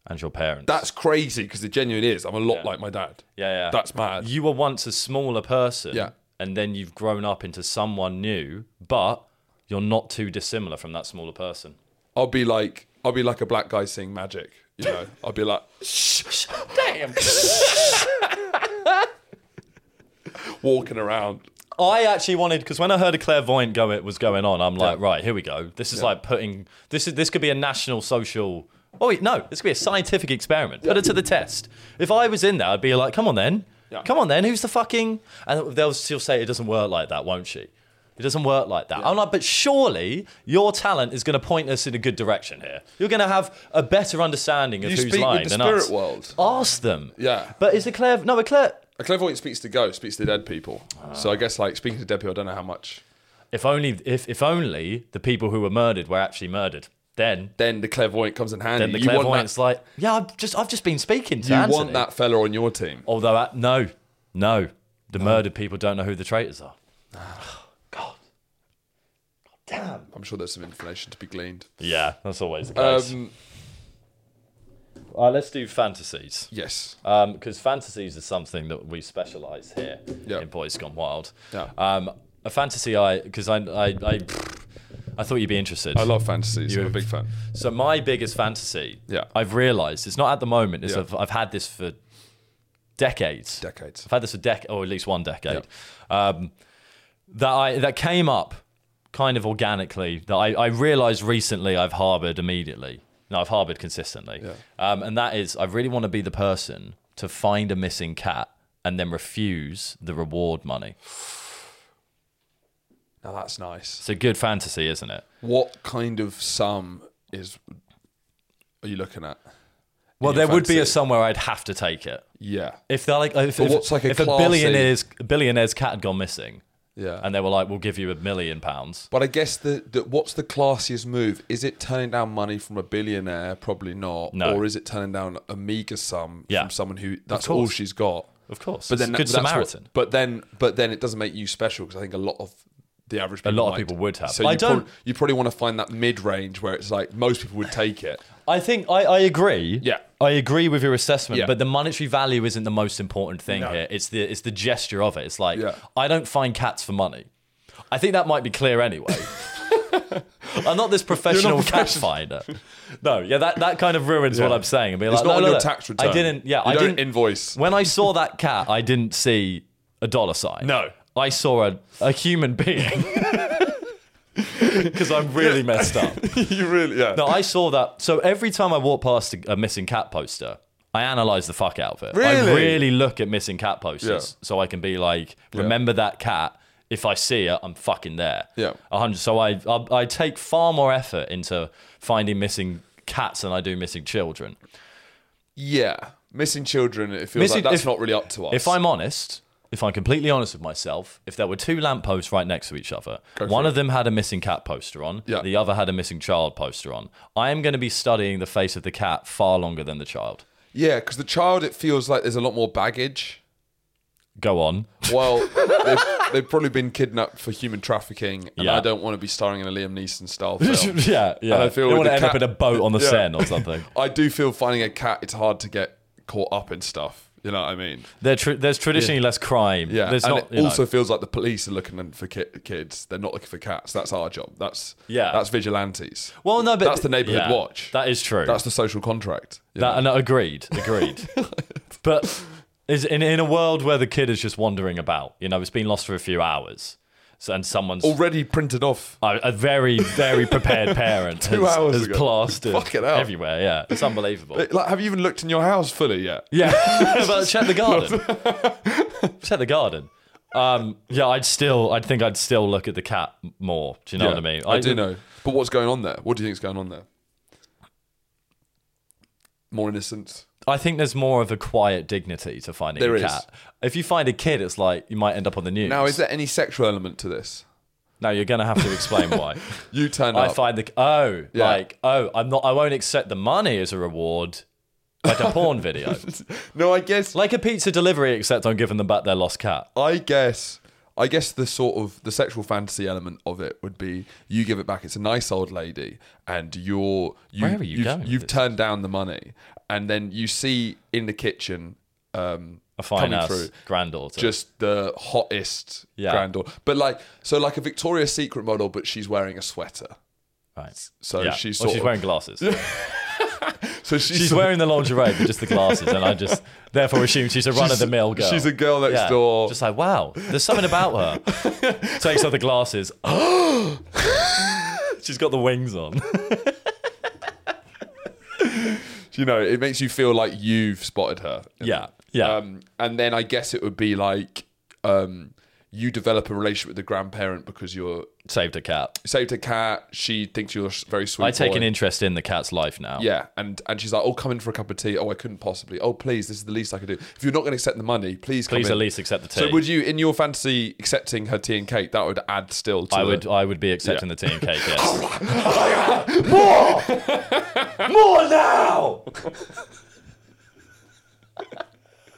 B: and your parents.
A: That's crazy because it genuinely is. I'm a lot like my dad.
B: yeah, yeah.
A: That's mad.
B: you were once a smaller person
A: Yeah.
B: and then you've grown up into someone new but you're not too dissimilar from that smaller person
A: I'll be like I'll be like a black guy seeing magic. You know. I'll be like
B: damn
A: [LAUGHS] walking around.
B: i actually wanted because when i heard a clairvoyant go it was going on i'm like right here we go this is like putting this is this could be a national social oh wait, no this could be a scientific experiment put it to the test if i was in there i'd be like come on then
A: Yeah.
B: come on then who's the fucking and they'll still say it doesn't work like that won't she it doesn't work like that. I'm like, but surely your talent is going to point us in a good direction here. You're going to have a better understanding of
A: You
B: who's
A: speak
B: lying
A: with the
B: than
A: spirit
B: us.
A: world.
B: Ask them.
A: Yeah.
B: But is a clair? No, a clair.
A: A clairvoyant speaks to ghosts, speaks to dead people. So I guess like speaking to dead people, I don't know how much.
B: If only, if if only the people who were murdered were actually murdered. Then,
A: Then the clairvoyant comes in handy.
B: then the
A: you want
B: clairvoyant's
A: that,
B: like, yeah, I've just I've just been speaking to
A: you
B: Anthony.
A: want that fella on your team.
B: Although, uh, no, no, the murdered people don't know who the
A: [SIGHS]
B: traitors are.
A: I'm sure there's some information to be gleaned.
B: Yeah, that's always the case.
A: Um,
B: uh, let's do fantasies.
A: yes.
B: because fantasies is something that we specialize here
A: Yeah.
B: in Boys Gone Wild.
A: Yeah.
B: Um, a fantasy I because I I, I I thought you'd be interested.
A: I love fantasies. I'm a big fan.
B: so my biggest fantasy,
A: Yeah.
B: I've realized it's not at the moment. It's
A: Yeah.
B: I've, I've had this for decades.
A: Decades.
B: I've had this for dec or at least one decade. Um, that I that came up kind of organically that I, I realized recently I've harbored immediately. No, I've harbored consistently. Um, and that is I really want to be the person to find a missing cat and then refuse the reward money.
A: Now that's nice.
B: It's a good fantasy, isn't it?
A: What kind of sum is are you looking at?
B: Well,
A: your
B: there would be a
A: fantasy.
B: somewhere I'd have to take it.
A: Yeah.
B: If they're like, if, if,
A: what's like a
B: if a
A: classy-
B: billionaire's billionaire's cat had gone missing,
A: Yeah.
B: and they were like, "We'll give you a million pounds."
A: But I guess the, the what's the classiest move? Is it turning down money from a billionaire? Probably not.
B: No.
A: Or is it turning down a meager sum
B: Yeah.
A: from someone who that's all
B: course.
A: she's got?
B: Of course,
A: But then
B: good
A: that's what-
B: Samaritan.
A: but then but then it doesn't make you special because I think a lot of the average people
B: lot of
A: might.
B: people would have.
A: So
B: I
A: you
B: don't-
A: prob- you probably want to find that mid range where it's like most people would take it.
B: I think I, I agree.
A: Yeah.
B: I agree with your assessment,
A: Yeah.
B: but the monetary value isn't the most important thing
A: No.
B: here. It's the it's the gesture of it. It's like
A: Yeah.
B: I don't find cats for money. I think that might be
A: [LAUGHS]
B: clear anyway. I'm not this professional cat
A: professional.
B: finder. No, yeah, that, that kind of ruins what I'm saying. And be like,
A: not
B: "No,
A: on
B: no,
A: your
B: look,
A: tax
B: I
A: return.
B: didn't. Yeah,
A: You
B: I
A: don't
B: didn't
A: invoice.
B: When I saw that cat, I didn't see a dollar
A: [LAUGHS]
B: sign.
A: No.
B: I saw a, a human being [LAUGHS] because I'm really messed up.
A: you really yeah.
B: No, I saw that. So every time I walk past a, a missing cat poster, I analyze the fuck out of it. I
A: Really?
B: really look at missing cat posters
A: Yeah.
B: so I can be like, remember that cat. If I see it, I'm fucking there.
A: Yeah.
B: A hundred. So I, I I take far more effort into finding missing cats than I do missing children.
A: Yeah, missing children. It feels
B: Missing-
A: like that's
B: if-
A: not really up to us.
B: If I'm honest, if I'm completely honest with myself, if there were two lampposts right next to each other, one of them had a missing cat poster on,
A: Yeah.
B: the other had a missing child poster on, I am going to be studying the face of the cat far longer than the child.
A: yeah, because the child, it feels like there's a lot more baggage.
B: Go on.
A: Well, they've, they've probably been kidnapped for human trafficking, and
B: Yeah.
A: I don't want to be starring in a Liam Neeson
B: [LAUGHS]
A: style film.
B: [LAUGHS] yeah, yeah.
A: And I feel
B: you
A: with
B: want
A: the
B: to end
A: cat-
B: up in a boat [LAUGHS] on the
A: Yeah.
B: Seine or something.
A: I do feel finding a cat, it's hard to get caught up in stuff. You know what I mean?
B: There tr- there's traditionally less crime.
A: Yeah,
B: There's
A: and
B: not,
A: it
B: you know.
A: also feels like the police are looking for ki- kids. They're not looking for cats. That's our job. That's
B: Yeah.
A: That's vigilantes.
B: well, no, but
A: that's the neighborhood
B: yeah,
A: watch.
B: That is true.
A: that's the social contract. you
B: That,
A: know?
B: and agreed, agreed.
A: [LAUGHS]
B: but is in in a world where the kid is just wandering about, you know, it's been lost for a few hours, so, and someone's
A: already printed off.
B: a, a very very prepared parent
A: [LAUGHS] Two
B: has,
A: hours
B: has
A: ago.
B: plastered
A: Fucking hell.
B: everywhere. Yeah, it's unbelievable.
A: Like, have you even looked in your house fully yet?
B: [LAUGHS] yeah, [LAUGHS] but check
A: [LAUGHS]
B: the garden. [LAUGHS] check the garden. Um, yeah, I'd still, I'd think I'd still look at the cat more. Do you know what I mean?
A: I, do know. But what's going on there? What do you think's going on there? More innocence.
B: I think there's more of a quiet dignity to finding
A: There
B: a
A: is.
B: cat. If you find a kid, it's like you might end up on the news.
A: Now, is there any sexual element to this?
B: No, you're gonna have to explain
A: [LAUGHS]
B: why.
A: You turn
B: I
A: up.
B: find the oh,
A: Yeah.
B: like oh, I'm not. I won't accept the money as a reward, like
A: [LAUGHS]
B: a porn video,
A: no, I guess.
B: like a pizza delivery, except I'm giving them back their lost cat.
A: I guess. I guess the sort of the sexual fantasy element of it would be you give it back. It's a nice old lady, and you're you,
B: Where are you
A: have
B: going with
A: you've
B: this?
A: turned down the money, and then you see in the kitchen um,
B: A fine
A: coming
B: ass
A: through
B: granddaughter.
A: just the hottest
B: Yeah.
A: granddaughter. But like, so like a Victoria's Secret model, but she's wearing a sweater. [LAUGHS]
B: right.
A: So
B: Yeah.
A: she's
B: Well,
A: sort
B: she's
A: of,
B: wearing glasses.
A: [LAUGHS] so she's,
B: She's wearing the lingerie, but just the glasses, and I just therefore assume she's a run of the mill girl.
A: [LAUGHS] She's a girl next door.
B: Just like wow, there's something about her.
A: [LAUGHS]
B: Takes off the glasses. [GASPS] she's got the wings on.
A: you know, it makes you feel like you've spotted her.
B: yeah, yeah.
A: Um, and then I guess it would be like um, you develop a relationship with the grandparent because you're
B: Saved a cat.
A: saved a cat. She thinks you're a very sweet.
B: I take
A: boy.
B: an interest in the cat's life now.
A: Yeah, and and she's like, "Oh, come in for a cup of tea." Oh, I couldn't possibly. Oh, please, this is the least I could do. If you're not going to accept the money, please come
B: Please
A: in.
B: at least accept the tea.
A: So would you, in your fantasy, accepting her tea and cake? That would add still. to
B: I
A: the-
B: would I would be accepting the tea
A: [LAUGHS]
B: and cake, yes.
A: [LAUGHS]
C: More now!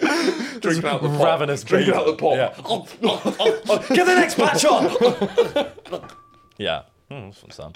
A: drinking out the pot.
B: Ravenous
A: drinking
B: beaver.
A: out the pot.
C: Get the next batch on!
B: [LAUGHS] Yeah. Hmm, that's what's done.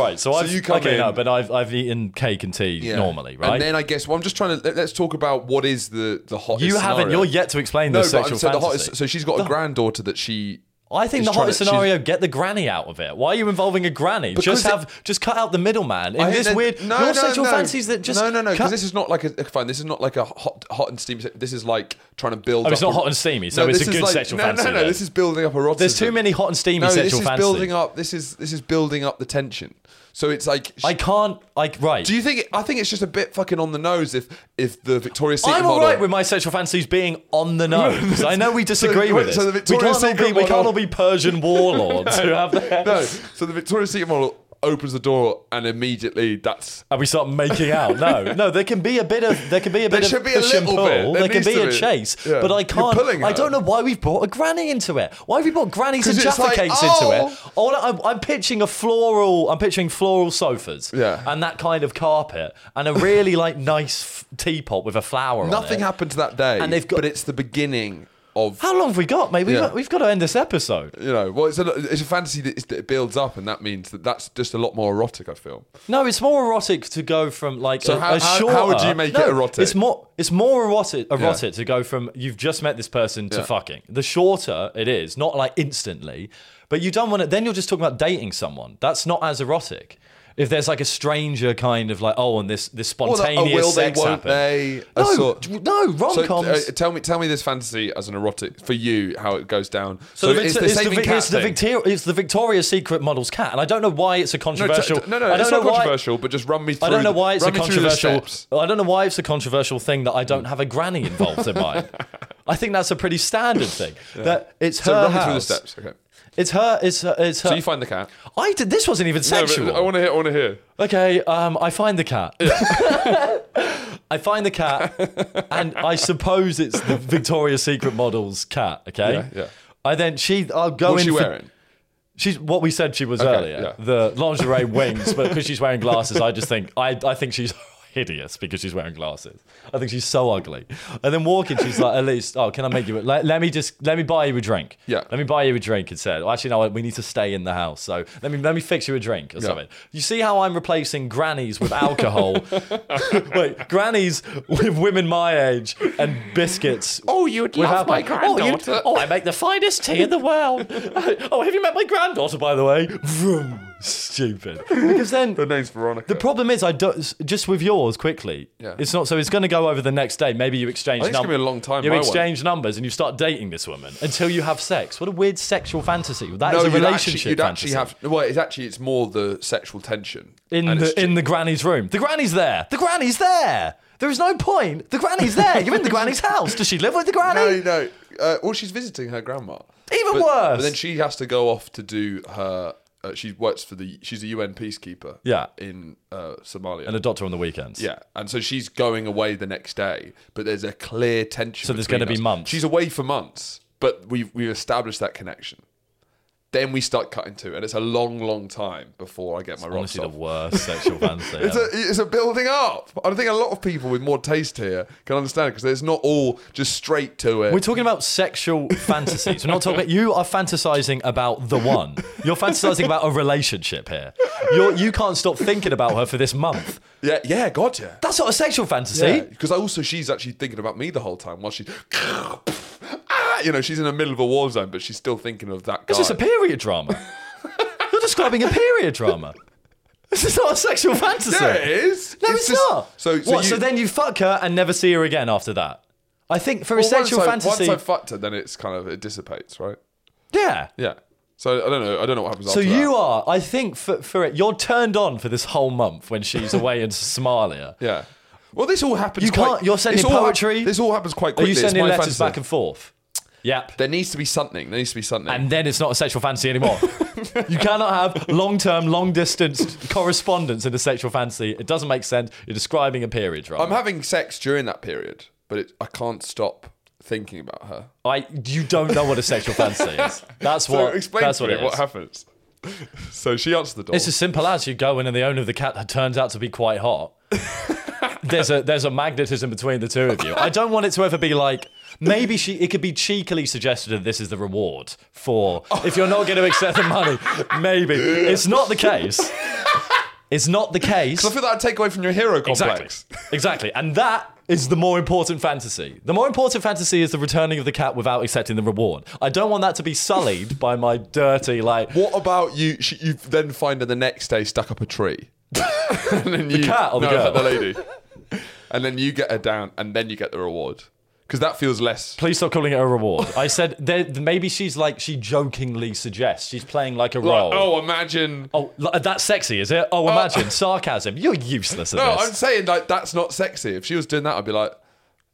B: right,
A: [LAUGHS]
B: so, I've
A: you come
B: okay, no,
A: in-
B: but I've I've eaten cake and tea
A: Yeah.
B: normally, right?
A: And then I guess well, I'm just trying to let, let's talk about what is the the hottest.
B: you haven't.
A: scenario.
B: You're yet to explain
A: no,
B: the
A: but I'm
B: sexual
A: saying the
B: fantasy.
A: hottest. So she's got a granddaughter that she.
B: I think the
A: is trying
B: hottest
A: to- she's-
B: scenario. Get the granny out of it. Why are you involving a granny?
A: Because
B: Just have. just cut out the middleman. In
A: I
B: this
A: think that-
B: weird. your sexual fancies that just.
A: no no no because
B: cut-
A: this is not like a uh, fine this is not like a hot hot and steamy se- this is like trying to build
B: Oh, it's
A: up
B: not
A: a-
B: hot and steamy, so
A: No,
B: it's
A: this
B: a
A: is
B: good
A: like-
B: sexual
A: no,
B: fantasy.
A: no no
B: then.
A: this is building up eroticism
B: There's too many hot and steamy
A: no this
B: sexual
A: is
B: fantasies.
A: building up this is this is building up the tension so it's like
B: I can't. Like right.
A: Do you think? I think it's just a bit fucking on the nose if if the Victoria's Secret
B: I'm
A: model.
B: all right with my sexual fantasies being on
A: [LAUGHS]
B: the nose. I know we disagree
A: so
B: with
A: the
B: it. we
A: Victoria's
B: can't, all be,
A: Secret
B: we can't
A: model-
B: all
A: [LAUGHS]
B: be Persian warlords who have their...
A: no. So the Victoria's Secret model opens the door and immediately that's.
B: And we start making
A: [LAUGHS]
B: out. No, no. There can be a bit of there can be a bit
A: There
B: of
A: should be a
B: push and
A: little bit.
B: pull.
A: There
B: There, can
A: needs
B: be
A: to
B: a
A: be.
B: chase,
A: Yeah.
B: but I
A: You're
B: can't.
A: pulling
B: I
A: her.
B: don't know why we've brought a granny into it. Why have we brought grannies and
A: 'Cause it's
B: jaffa
A: like,
B: cakes
A: oh.
B: into it? All I- I'm, I'm pitching a floral. I'm pitching floral sofas.
A: Yeah.
B: And that kind of carpet and a really like nice f- teapot with a flower. on
A: Nothing
B: it.
A: happens that day,
B: And they've got-
A: but it's the beginning of
B: How long have we got, mate? We've,
A: Yeah.
B: got, we've got to end this episode.
A: you know. Well, it's a it's a fantasy that, is, that builds up, and that means that that's just a lot more erotic. I feel.
B: No, it's more erotic to go from like
A: So
B: a,
A: how-
B: a
A: how-
B: shorter-
A: how would you make it
B: No,
A: erotic?
B: It's more it's more erotic erotic to go from you've just met this person to
A: Yeah.
B: fucking. The shorter it is, not like instantly, but you don't want to. Then you're just talking about dating someone. That's not as erotic. If there's like a stranger kind of like, oh, and this this
A: Or that,
B: spontaneous
A: oh, will they,
B: sex
A: won't
B: happen.
A: they? a
B: no,
A: sort-
B: d- no, rom
A: So, uh,
B: coms.
A: tell me, tell me this fantasy as an erotic for you, how it goes down. So,
B: the
A: it's
B: Vic-
A: the saving
B: Vic-
A: cat
B: it's the
A: thing.
B: Victor- it's the Victoria's Secret model's cat, and I don't know why it's a
A: No, t-
B: controversial.
A: t- no, no,
B: I don't
A: it's
B: know
A: not
B: why-
A: controversial, but just run me through.
B: I don't know why it's
A: run
B: a
A: me through the
B: controversial.
A: steps.
B: I don't know why it's a controversial thing that I don't have a granny involved in
A: [LAUGHS]
B: mine. I think that's a pretty standard thing. That it's her
A: So run me
B: house.
A: through the steps. Okay.
B: It's her. It's her. It's her.
A: So you find the cat.
B: I did. This wasn't even
A: No, but oh.
B: sexual.
A: I want to hear. I want to hear.
B: Okay, um, I find the cat. [LAUGHS] I find the cat, and I suppose it's the Victoria's Secret model's cat. Okay.
A: Yeah, yeah.
B: I then she. I'll go
A: What's
B: in.
A: she
B: for-
A: wearing?
B: She's what we said she was earlier.
A: yeah.
B: The lingerie [LAUGHS] wings, but because she's wearing glasses, I just think I, I think she's [LAUGHS] hideous because she's wearing glasses. I think she's so ugly. And then walking, she's like, at least, oh, can I make you? A, let, let me just let me buy you a drink.
A: Yeah.
B: Let me buy you a drink instead. Well, actually, no, we need to stay in the house. So let me let me fix you a drink or something. You see how I'm replacing grannies
A: [LAUGHS]
B: with alcohol? [LAUGHS] Wait, grannies with women my age and biscuits
A: Oh, you would
B: we have my- Oh, you- Oh, I make the finest tea in the [LAUGHS] world. oh, have you met my granddaughter, by the way? Vroom. Stupid. Because then
A: Her name's Veronica.
B: the problem is, I don't. Just with yours, quickly.
A: Yeah.
B: It's not. So it's going to go over the next day. Maybe you exchange.
A: I think it's
B: num-
A: gonna be a long time,
B: You
A: my one.
B: exchange numbers and you start dating this woman until you have sex. What a weird sexual fantasy. That is
A: no,
B: a
A: you'd
B: relationship
A: actually, you'd
B: fantasy.
A: actually have. Well, it's actually it's more the sexual tension
B: in
A: And
B: the
A: it's
B: in the granny's room. The granny's there. The granny's there. There is no point. The granny's there. You're in the granny's house. Does she live with the granny?
A: [LAUGHS] No, no. Uh, well, she's visiting her grandma.
B: Even
A: But-
B: worse.
A: But then she has to go off to do her. Uh, she works for the. She's a UN peacekeeper.
B: Yeah.
A: In uh, Somalia.
B: And a doctor on the weekends.
A: yeah, and so she's going away the next day, but there's a clear tension.
B: So there's
A: between
B: gonna be
A: us.
B: months.
A: She's away for months, but we've we've established that connection. Then we start cutting to, and it's a long, long time before I get my rocks
B: Honestly,
A: off.
B: the worst sexual
A: [LAUGHS]
B: fantasy.
A: It's
B: ever.
A: a, it's a building up. I think a lot of people with more taste here can understand because it's not all just straight to it.
B: We're talking about
A: [LAUGHS]
B: sexual fantasies. We're not talking about you are fantasizing about the one. You're fantasizing about a relationship here. You're, you can't stop thinking about her for this month.
A: yeah, yeah, gotcha.
B: That's not a sexual fantasy.
A: Because also she's actually thinking about me the whole time while she's, ah, you know, she's in the middle of a war zone, but she's still thinking of that guy.
B: It's just a period drama. You're describing a period drama. This is not a sexual fantasy.
A: yeah, it is.
B: No,
A: It's
B: it's,
A: just-
B: not.
A: So, so,
B: what,
A: you,
B: so then you fuck her and never see her again after that. I think for a
A: well,
B: sexual
A: once I,
B: fantasy,
A: Once I fucked her, then it's kind of it dissipates, right?
B: yeah.
A: Yeah. So I don't know. I don't know what happens.
B: So
A: after
B: you
A: that.
B: are, I think, for, for it, you're turned on for this whole month when she's away in [LAUGHS] Somalia.
A: Yeah. Well, this all happens.
B: You
A: quite,
B: can't- you're sending
A: this all hap-
B: poetry?
A: this all happens quite
B: Are
A: quickly.
B: you
A: It's
B: sending
A: my
B: letters
A: fantasy.
B: back and forth? Yep.
A: There needs to be something. There needs to be something.
B: And then it's not a sexual
A: [LAUGHS]
B: fantasy anymore. you cannot have long term, long distance correspondence in a sexual fantasy. It doesn't make sense. You're describing a period
A: I'm
B: drama.
A: having sex during that period, but it, I can't stop thinking about her.
B: I, you don't know what a sexual fantasy
A: [LAUGHS]
B: is. That's
A: So
B: what.
A: explain
B: that's
A: to
B: what
A: me
B: it is.
A: what happens. [LAUGHS] so she answers the door.
B: It's as simple as you go in and the owner of the cat turns out to be quite hot. there's a there's a magnetism between the two of you. I don't want it to ever be like maybe she it could be cheekily suggested that this is the reward for if you're not going to accept the money. Maybe it's not the case. It's not the case.
A: I feel that I take away from your hero
B: Exactly.
A: complex.
B: Exactly. And that is the more important fantasy. The more important fantasy is the returning of the cat without accepting the reward. I don't want that to be sullied by my dirty like
A: What about you? She, you then find her the next day stuck up a tree. [LAUGHS] and then you,
B: cat or the
A: no,
B: girl?
A: the lady. and then you get her down, and then you get the reward because that feels less.
B: Please stop calling it a reward. I said there, maybe she's like she jokingly suggests she's playing like a
A: Like,
B: role. oh,
A: oh, imagine.
B: li- that's sexy, is it? Oh, imagine sarcasm. You're useless at
A: no,
B: this.
A: I'm saying like that's not sexy. If she was doing that, I'd be like,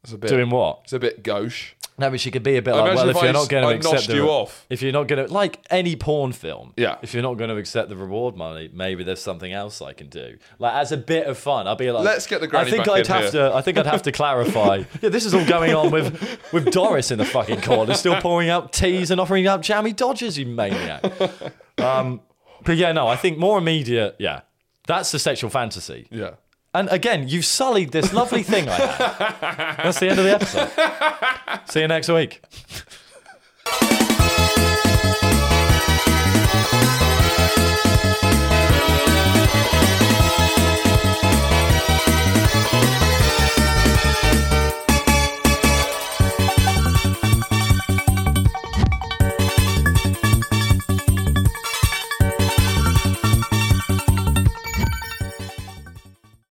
A: that's a bit.
B: Doing what?
A: It's a bit gauche.
B: No, but she could be a bit
A: Imagine
B: like, well,
A: if
B: if,
A: I
B: you're
A: s-
B: not going
A: I
B: to accept
A: notched
B: the
A: you
B: re-
A: off.
B: if you're not going to like any porn film,
A: Yeah.
B: If you're not going to accept the reward money, maybe there's something else I can do. Like as a bit of fun, I'd be like,
A: Let's get the granny
B: I think
A: back
B: I'd
A: in
B: have
A: here.
B: to. I think I'd have to clarify.
A: [LAUGHS]
B: yeah, this is all going on with with Doris in the fucking corner, still pouring out teas and offering up jammy dodgers, you maniac. Um, but yeah, no, I think more immediate. Yeah, that's the sexual fantasy.
A: Yeah.
B: And again, you've
A: [LAUGHS]
B: sullied this lovely thing I had. That's the end of the episode. See you next week.